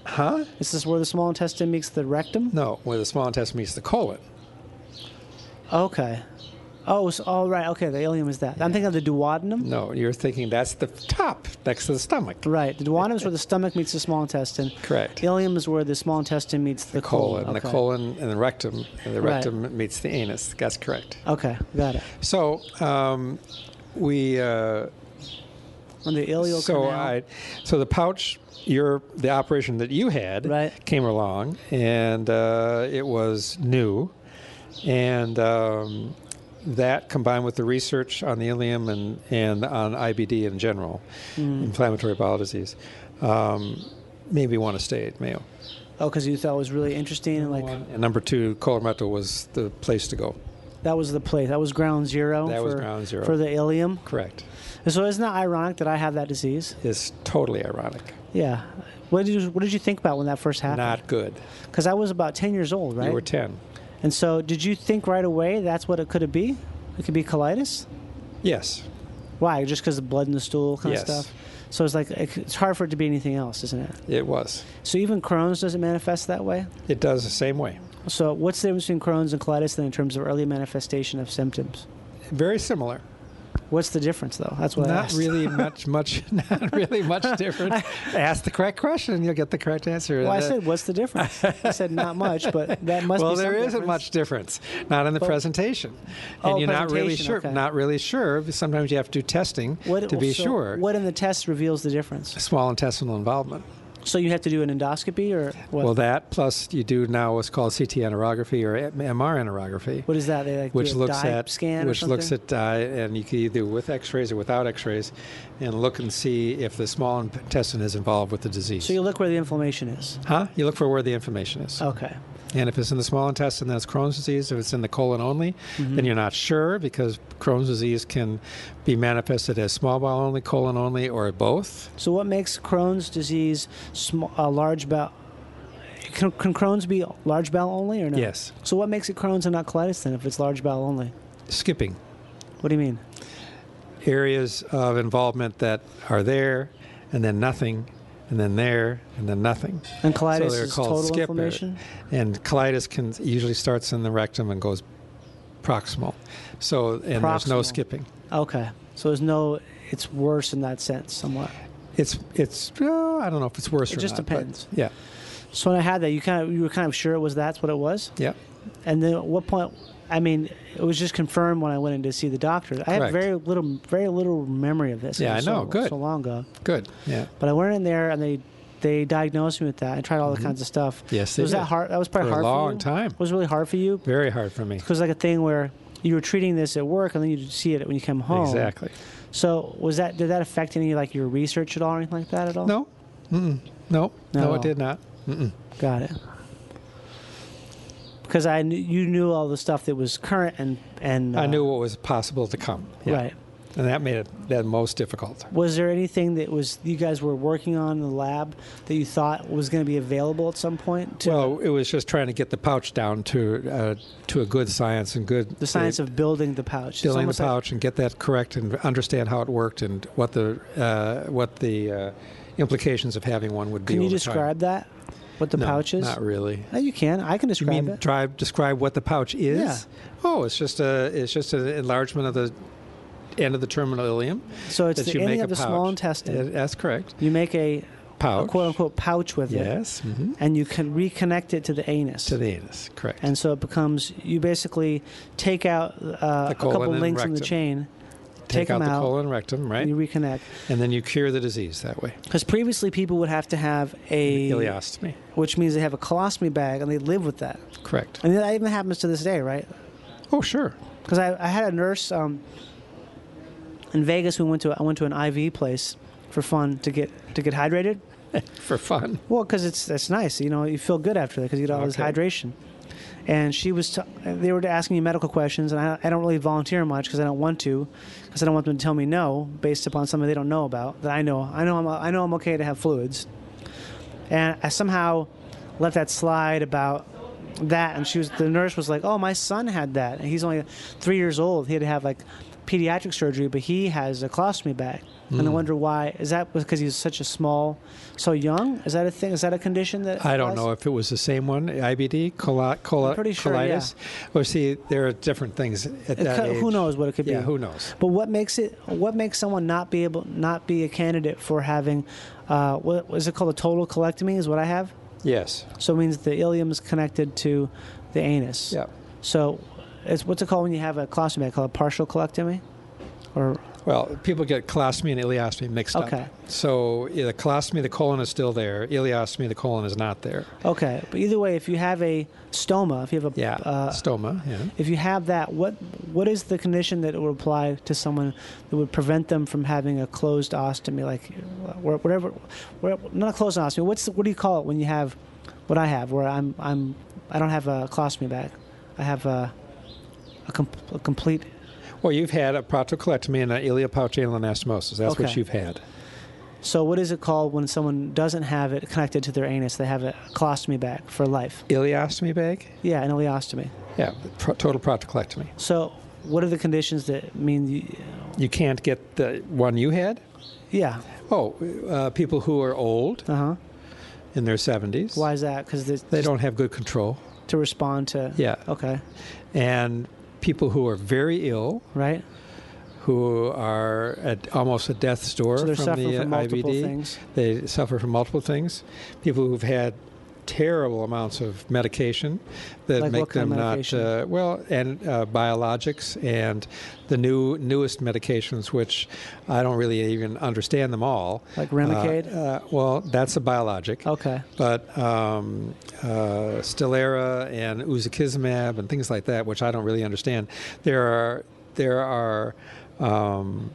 F: Huh?
C: Is this where the small intestine meets the rectum?
F: No, where the small intestine meets the colon.
C: Okay. Oh, so, all right. Okay, the ileum is that. I'm thinking of the duodenum.
F: No, you're thinking that's the top next to the stomach.
C: Right. The duodenum is where the stomach meets the small intestine.
F: Correct.
C: Ileum is where the small intestine meets the,
F: Colon, and the
C: Okay.
F: colon, and the rectum, and the
C: Right.
F: rectum meets the anus. That's correct.
C: Okay, got it.
F: So um, we. Uh,
C: On the ileal
F: so
C: canal.
F: I, so the pouch, your the operation that you had
C: Right.
F: came along, and uh, it was new, and um, that combined with the research on the ileum and and on IBD in general,
C: Hmm.
F: inflammatory bowel disease, um, made me want to stay at Mayo.
C: oh, because you thought it was really interesting, and like
F: And number two, Colorado was the place to go.
C: that was the place. That was ground zero.
F: That
C: for,
F: was ground zero.
C: for the ileum.
F: Correct.
C: So isn't that ironic that I have that disease?
F: It's totally ironic.
C: Yeah. What did you What did you think about when that first happened?
F: Not good.
C: Because I was about ten years old, right?
F: You were 10.
C: And so, did you think right away that's what it could it be? It could be colitis.
F: Yes.
C: Why? Just because of blood in the stool kind
F: Yes.
C: of stuff. So it's like it's hard for it to be anything else, isn't it?
F: It was.
C: So even Crohn's doesn't manifest that way.
F: It does the same way.
C: So what's the difference between Crohn's and colitis then in terms of early manifestation of symptoms?
F: Very similar.
C: What's the difference though? That's what I
F: Not
C: asked.
F: really much, much, not really much different. Ask the correct question, and you'll get the correct answer.
C: Well, I
F: The-
C: said, what's the difference? I said, not much, but that must
F: well,
C: be. some
F: there isn't
C: difference.
F: much difference, not in the presentation, and
C: Oh,
F: you're not really
C: presentation,
F: sure.
C: okay.
F: Not really sure. Sometimes you have to do testing
C: What,
F: to be
C: so
F: sure.
C: What in the test reveals the difference?
F: Small intestinal involvement.
C: So you have to do an endoscopy or what?
F: Well, that plus you do now what's called CT enterography or M- MR enterography,
C: what is that? They like
F: which
C: do a
F: looks
C: dye
F: at
C: scan. or
F: which looks
C: something?
F: at dye, and you can either with X-rays or without X-rays, and look and see if the small intestine is involved with the disease.
C: So Oh. you look where the inflammation is.
F: huh? You look for where the inflammation is.
C: Okay.
F: And if it's in the small intestine, that's Crohn's disease. If it's in the colon only,
C: Mm-hmm.
F: then you're not sure because Crohn's disease can be manifested as small bowel only, colon only, or both.
C: So what makes Crohn's disease sm- uh, large bowel? Can, can Crohn's be large bowel only or no?
F: Yes.
C: So what makes it Crohn's and not colitis then if it's large bowel only?
F: Skipping
C: What do you mean?
F: areas of involvement that are there and then nothing. And then there, and then nothing.
C: And colitis
F: they're
C: is
F: called
C: total
F: skip area.
C: inflammation?
F: And colitis can usually starts in the rectum and goes proximal. So and there's no
C: Proximal.
F: skipping.
C: Okay. So there's no, it's worse in that sense somewhat.
F: It's it's uh, I don't know if it's worse
C: It
F: or
C: just
F: not, but-
C: depends.
F: Yeah,
C: So when I had that, you kind of, you were kind of sure it was that's what it was?
F: yeah.
C: And then at what point? I mean, it was just confirmed when I went in to see the doctor. I
F: Correct.
C: have very little, very little memory of this.
F: Yeah,
C: It was
F: I know.
C: So,
F: Good.
C: So long ago,
F: Good. Yeah.
C: but I went in there and they they diagnosed me with that. I tried all the kinds of stuff.
F: Mm-hmm. Yes, they
C: was
F: did.
C: that hard? That was probably
F: For
C: hard
F: a
C: for
F: long
C: you?
F: time.
C: It was really hard for you
F: Very hard for me.
C: because like a thing where you were treating this at work and then you see it when you come home.
F: Exactly.
C: So was that did that affect any like your research at all or anything like that at all?
F: No. Mm-mm. No. No,
C: No.
F: it did not.
C: Got it. Because I knew, you knew all the stuff that was current and and
F: I
C: uh,
F: knew what was possible to come. Yeah.
C: right.
F: And that made it that most difficult.
C: Was there anything that was you guys were working on in the lab that you thought was going to be available at some point? To
F: Well, it was just trying to get the pouch down to uh, to a good science and good
C: the science of building the pouch. It's
F: filling the
C: almost like-
F: pouch and get that correct and understand how it worked and what the uh, what the uh, implications of having one would be.
C: can you
F: over time.
C: describe that? What the
F: No,
C: pouch is?
F: Not really.
C: No, you can. I can
F: You
C: describe
F: mean
C: it.
F: drive, describe what the pouch is?
C: Yeah.
F: Oh, it's just a it's just an enlargement of the end of the terminal ileum.
C: So it's
F: that
C: the
F: you
C: ending
F: make a
C: of the
F: pouch.
C: small intestine.
F: Yeah, that's correct.
C: you make a,
F: Pouch.
C: quote unquote pouch with it.
F: Yes. mhm.
C: And you can reconnect it to the anus.
F: To the anus. Correct.
C: and so it becomes you basically take out uh, a
F: colon
C: couple
F: and
C: links in the
F: rectum.
C: chain,
F: take, out,
C: them
F: the
C: out,
F: colon rectum, right?
C: and you reconnect.
F: and then you cure the disease that way.
C: Because previously people would have to have a
F: Ileostomy.
C: which means they have a colostomy bag and they live with that.
F: Correct.
C: And that even happens to this day, right?
F: Oh, sure.
C: Because I, I had a nurse um, in Vegas. We went to I went to an IV place for fun to get to get hydrated.
F: For fun.
C: Well, because it's it's nice, you know, you feel good after that because you get all this
F: Okay.
C: hydration. And she was, t- they were asking me medical questions, and I, I don't really volunteer much because I don't want to, because I don't want them to tell me no based upon something they don't know about that I know. I know I'm I know I'm okay to have fluids, and I somehow let that slide about that. And she was the nurse was like, "Oh, my son had that. And he's only three years old. He had to have like pediatric surgery, but he has a colostomy bag." And
F: Hmm.
C: I wonder why is that because he's such a small, so young? Is that a thing? Is that a condition that
F: I don't know if it was the same one, IBD, coli- coli-
C: I'm pretty sure,
F: colitis. Well, see, there are different things at
C: It
F: that
C: could- who
F: age.
C: knows what it could
F: Yeah,
C: be?
F: who knows?
C: But what makes it? What makes someone not be able, not be a candidate for having? Uh, what is it called? A total colectomy is what I have.
F: Yes.
C: So it means the ileum is connected to the anus.
F: Yeah.
C: So it's what's it called when you have a colostomy? I call it partial colectomy, or
F: Well, people get colostomy and ileostomy mixed
C: Okay.
F: up. So yeah, the colostomy, the colon is still there. Ileostomy, the colon is not there.
C: okay. But either way, if you have a stoma, if you have a
F: Yeah.
C: uh,
F: Stoma. Yeah.
C: if you have that, what what is the condition that it would apply to someone that would prevent them from having a closed ostomy, like wh- whatever, where- not a closed ostomy. What's the, what do you call it when you have what I have, where I'm I'm I don't have a colostomy bag, I have a a, com- a complete
F: Well, you've had a proctocolectomy and an ileopouchial anastomosis. That's what
C: Okay.
F: you've had.
C: So what is it called when someone doesn't have it connected to their anus? They have a colostomy bag for life.
F: Ileostomy bag?
C: Yeah, an ileostomy.
F: Yeah, pro- total proctocolectomy.
C: So what are the conditions that mean? You,
F: You can't get the one you had?
C: yeah.
F: Oh, uh, people who are old
C: Uh huh.
F: in their 70s.
C: Why is that? Because
F: They don't have good control.
C: to respond to.
F: Yeah.
C: Okay.
F: And people who are very ill,
C: Right.
F: who are at almost a death's door
C: So they're
F: from
C: suffering
F: the
C: from multiple
F: IBD.
C: things.
F: They suffer from multiple things. People who've had terrible amounts of medication that
C: Like
F: make
C: what
F: them
C: kind of
F: not
C: medication?
F: uh, well, and uh, biologics and the new newest medications, which I don't really even understand them all.
C: Like
F: Uh,
C: Remicade?
F: uh, well, that's a biologic.
C: Okay.
F: But um, uh, Stellara and Uzakizumab and things like that, which I don't really understand, there are there are um,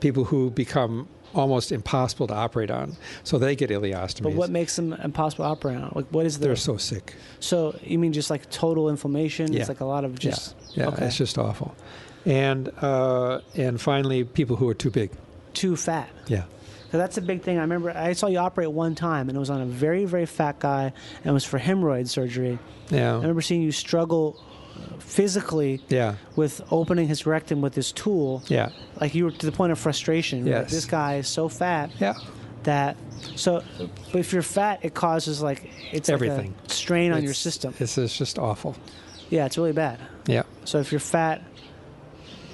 F: people who become almost impossible to operate on, so they get ileostomies.
C: But what makes them impossible to operate on? Like, what is
F: They're
C: the
F: so sick.
C: so? You mean just like total inflammation?
F: Yeah.
C: It's like a lot of just.
F: yeah, yeah
C: okay.
F: it's just awful. And uh, and finally, people who are too big.
C: too fat.
F: Yeah.
C: So that's a big thing. I remember I saw you operate one time, and it was on a very, very fat guy, and it was for hemorrhoid surgery. I
F: Yeah.
C: remember seeing you struggle uh, physically
F: Yeah.
C: with opening his rectum with this tool.
F: Yeah.
C: Like you were to the point of frustration. You're Like,
F: Yes.
C: this guy is so fat
F: Yeah.
C: that. So, but if you're fat, it causes like it's like a
F: Everything.
C: strain on your
F: It's-
C: system.
F: It's, it's just awful.
C: Yeah, it's really bad.
F: Yeah.
C: So if you're fat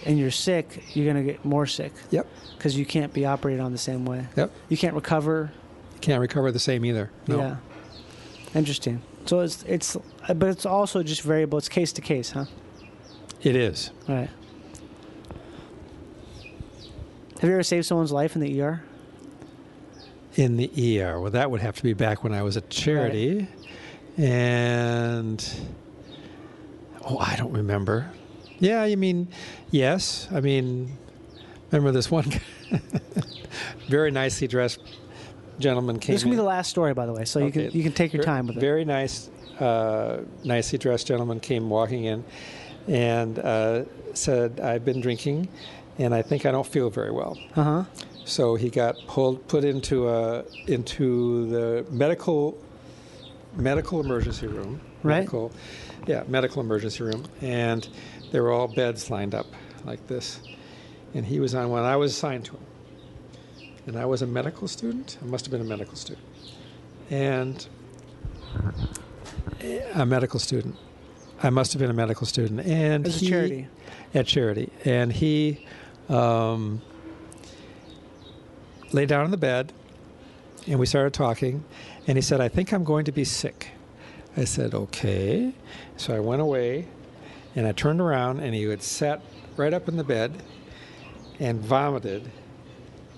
C: and you're sick, you're gonna get more sick
F: Yep.
C: because you can't be operated on the same way.
F: Yep.
C: You can't recover.
F: Can't recover the same either. No.
C: Yeah. Interesting. So it's it's, uh, but it's also just variable. It's case to case, huh?
F: It is.
C: All right. Have you ever saved someone's life in the ER?
F: in the ER. Well, that would have to be back when I was at charity, and oh, I don't remember. Yeah, you mean yes? I mean, remember this one guy- very nicely dressed gentleman came.
C: This can be
F: in.
C: the last story, by the way. So you
F: Okay.
C: can you can take your
F: Ver-
C: time with it.
F: Very nice, uh, nicely dressed gentleman came walking in and uh, said, I've been drinking and I think I don't feel very well.
C: Uh huh.
F: So he got pulled, put into a into the medical medical emergency room.
C: Right.
F: Medical, yeah, medical emergency room, and there were all beds lined up like this, and he was on one. I was assigned to him, and I was a medical student. I must have been a medical student, and a medical student. I must have been a medical student, and
C: As a
F: he-
C: charity.
F: at charity, and he um, lay down in the bed, and we started talking, and he said, "I think I'm going to be sick." I said, "Okay," so I went away, and I turned around, and he had sat right up in the bed, and vomited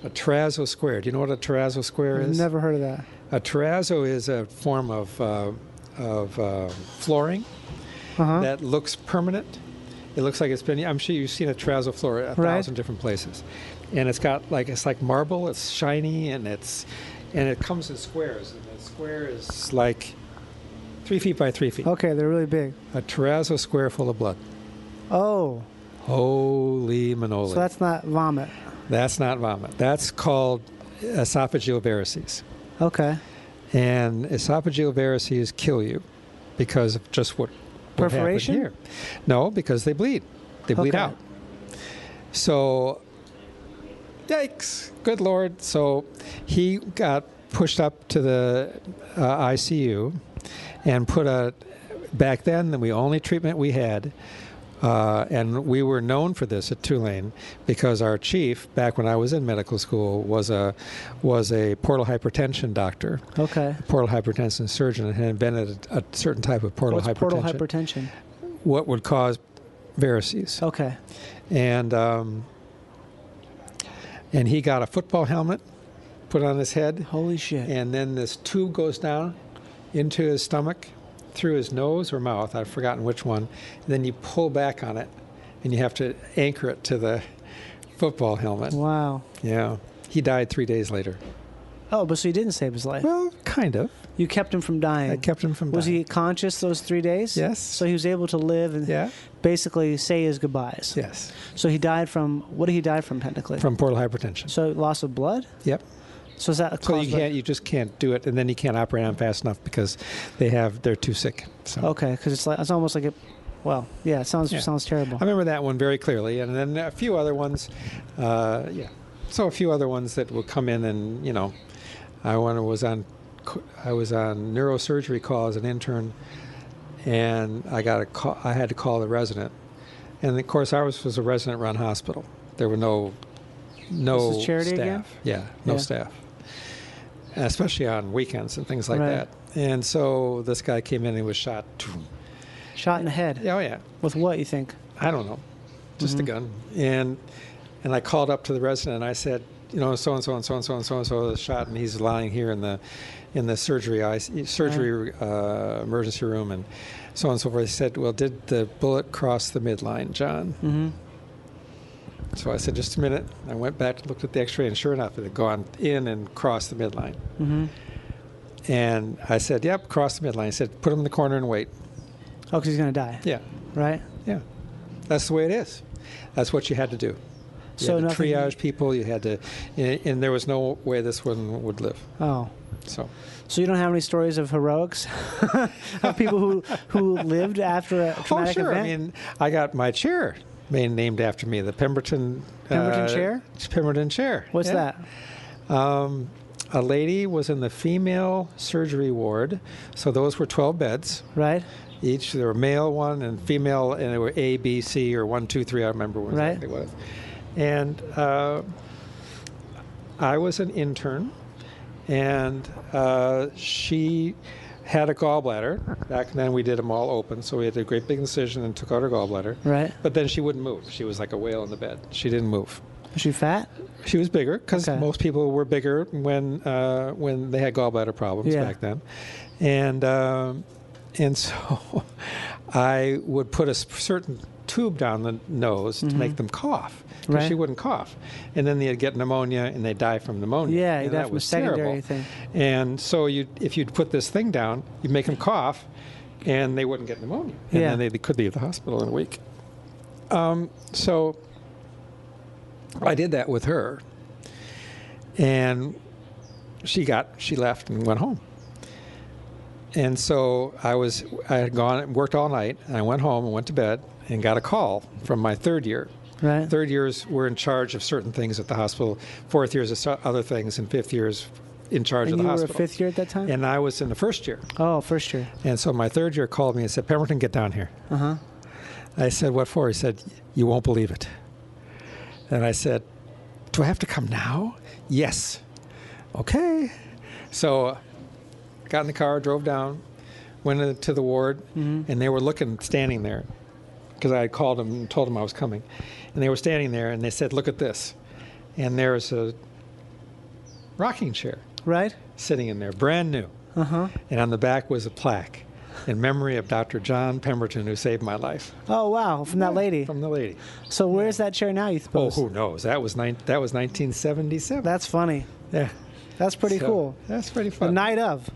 F: a terrazzo square. Do you know what a terrazzo square is?
C: Never heard of that.
F: A Uh, terrazzo is a form of uh, of uh, flooring
C: Uh huh.
F: that looks permanent. It looks like it's been. I'm sure you've seen a terrazzo floor a
C: Right.
F: thousand different places, and it's got like it's like marble. It's shiny and it's and it comes in squares, and the square is like three feet by three feet.
C: Okay, they're really big.
F: A terrazzo square full of blood.
C: Oh,
F: Holy manoli!
C: so that's not vomit.
F: that's not vomit. That's called esophageal varices.
C: Okay.
F: and esophageal varices kill you because of just what what happened
C: Perforation?
F: here. No, because they bleed. They bleed
C: Okay.
F: out. So, yikes! Good lord! So he got pushed up to the uh, ICU and put a. Back then, the only treatment we had. Uh, and we were known for this at Tulane because our chief, back when I was in medical school, was a was a portal hypertension doctor
C: Okay.
F: portal hypertension surgeon and had invented a, a certain type of portal
C: What's
F: hypertension.
C: portal hypertension?
F: what would cause varices?
C: Okay.
F: And um, and he got a football helmet put on his head,
C: Holy shit.
F: and then this tube goes down into his stomach, through his nose or mouth. I've forgotten which one. then you pull back on it, and you have to anchor it to the football helmet.
C: Wow.
F: Yeah. He died three days later.
C: Oh, but so you didn't save his life.
F: Well, kind of.
C: You kept him from dying.
F: I kept him from
C: Was
F: dying.
C: he conscious those three days?
F: Yes.
C: So he was able to live and
F: Yeah.
C: basically say his goodbyes.
F: Yes.
C: So he died from what did he die from technically?
F: From portal hypertension.
C: so loss of blood.
F: yep.
C: So is that
F: So you
C: caused by-
F: can't. You just can't do it, and then you can't operate on fast enough because they have. They're too sick. So.
C: Okay, because it's like it's almost like it. Well, yeah, it sounds
F: Yeah.
C: sounds terrible.
F: I remember that one very clearly, and then a few other ones. Uh, yeah, so a few other ones that will come in, and you know, I one was on, co- I was on neurosurgery call as an intern, and I got a call. I had to call the resident, and of course ours was a resident-run hospital. There were no, no
C: This is charity
F: staff.
C: again?
F: Yeah, no
C: Yeah.
F: staff, especially on weekends and things like
C: Right.
F: that. And so this guy came in and he was shot.
C: Shot in the head
F: Oh yeah,
C: with what you think?
F: I don't know, just a gun. And and I called up to the resident and I said, you know, so and so and so and so and so and so was shot, and he's lying here in the in the surgery I, surgery uh, emergency room, and so on and so forth. He said, well, did the bullet cross the midline, John? Mm-hmm. So I said, just a minute. I went back, looked at the X-ray, and sure enough, it had gone in and crossed the midline. Mm-hmm. And I said, yep, crossed the midline. He said, put him in the corner and wait.
C: Oh, because he's gonna die.
F: Yeah.
C: Right.
F: Yeah, that's the way it is. That's what you had to do. You
C: So
F: had to
C: nothing-
F: triage people. You had to, and, and there was no way this one would live.
C: Oh.
F: So
C: So you don't have any stories of heroics of people who who lived after a
F: oh
C: traumatic
F: sure,
C: event?
F: I mean, I got my chair ma- named after me, the Pemberton uh,
C: Pemberton chair?
F: Pemberton chair.
C: What's
F: Yeah.
C: that?
F: Um, a lady was in the female surgery ward, so those were twelve beds.
C: Right.
F: each. There were male one and female, and there were A, B, C, or one, two, three. I remember what
C: Right.
F: exactly what it was. And uh, I was an intern, and uh, she had a gallbladder. Back then, we did them all open, so we had a great big incision and took out her gallbladder.
C: Right.
F: But then she wouldn't move. She was like a whale in the bed. She didn't move.
C: Was she fat?
F: She was bigger because
C: Okay.
F: most people were bigger when uh, when they had gallbladder problems
C: Yeah.
F: back then, and um, and so I would put a s- certain tube down the nose to make them cough because
C: Mm-hmm. Right.
F: she wouldn't cough, and then they'd get pneumonia and they'd die from pneumonia.
C: Yeah,
F: and
C: you'd have
F: that
C: from
F: was
C: a secondary
F: terrible.
C: thing.
F: And so you if you'd put this thing down, you'd make them cough, and they wouldn't get pneumonia, and
C: Yeah.
F: then they could leave the hospital in a week. Um, so. I did that with her, and she got she left and went home. And so I was I had gone worked all night, and I went home and went to bed and got a call from my third year.
C: Right.
F: Third years were in charge of certain things at the hospital. Fourth years of so- other things, and fifth years in charge
C: And
F: of the
C: you were a
F: hospital.
C: fifth year at that time.
F: and I was in the first year.
C: Oh, first year.
F: And so my third year called me and said, Pemberton, get down here. Uh-huh. I said, what for? He said, you won't believe it. And I said, do I have to come now? Yes. Okay. So got in the car, drove down, went into the ward, and they were looking, standing there, because I had called them and told them I was coming. And they were standing there, and they said, look at this. And there's a rocking chair
C: Right.
F: sitting in there, brand new.
C: Uh-huh.
F: And on the back was a plaque in memory of Dr. John Pemberton, who saved my life.
C: Oh wow, from that lady.
F: From the lady.
C: So where's that chair now? You
F: Oh,
C: suppose?
F: who knows? That was nine, that was 1977.
C: That's funny.
F: yeah,
C: That's pretty
F: So,
C: cool.
F: That's pretty
C: The
F: fun.
C: night of.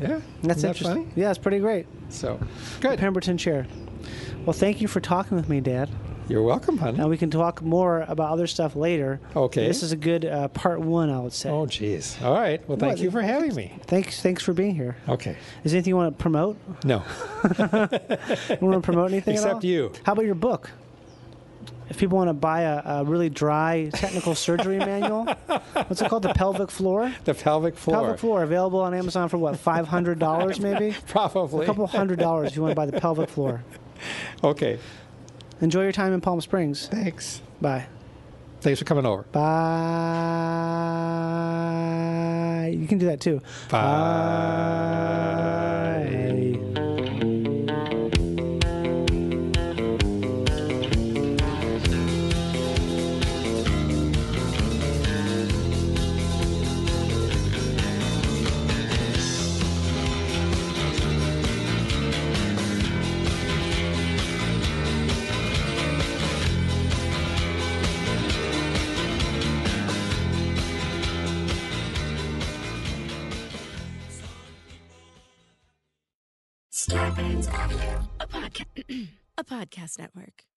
F: yeah,
C: That's
F: Isn't that
C: interesting. Yeah, it's pretty great.
F: funny? So good.
C: Pemberton chair. Well, thank you for talking with me, Dad.
F: You're welcome, honey.
C: Now we can talk more about other stuff later.
F: Okay.
C: This is a good uh, part one, I would say.
F: Oh, jeez. All right. Well, thank
C: What?
F: you for having me.
C: Thanks, thanks for being here.
F: Okay.
C: Is there anything you want to promote?
F: No.
C: You want to promote anything? at
F: Except
C: all?
F: you.
C: How about your book? If people want to buy a, a really dry technical surgery manual, what's it called? The pelvic floor.
F: The pelvic floor.
C: Pelvic floor available on Amazon for what? Five hundred dollars, maybe.
F: Probably.
C: A couple hundred dollars if you want to buy the pelvic floor.
F: Okay.
C: Enjoy your time in Palm Springs.
F: Thanks.
C: Bye.
F: Thanks for coming over.
C: Bye. You can do that too. Bye.
B: Scarpins Avenue, a, podca- a podcast network.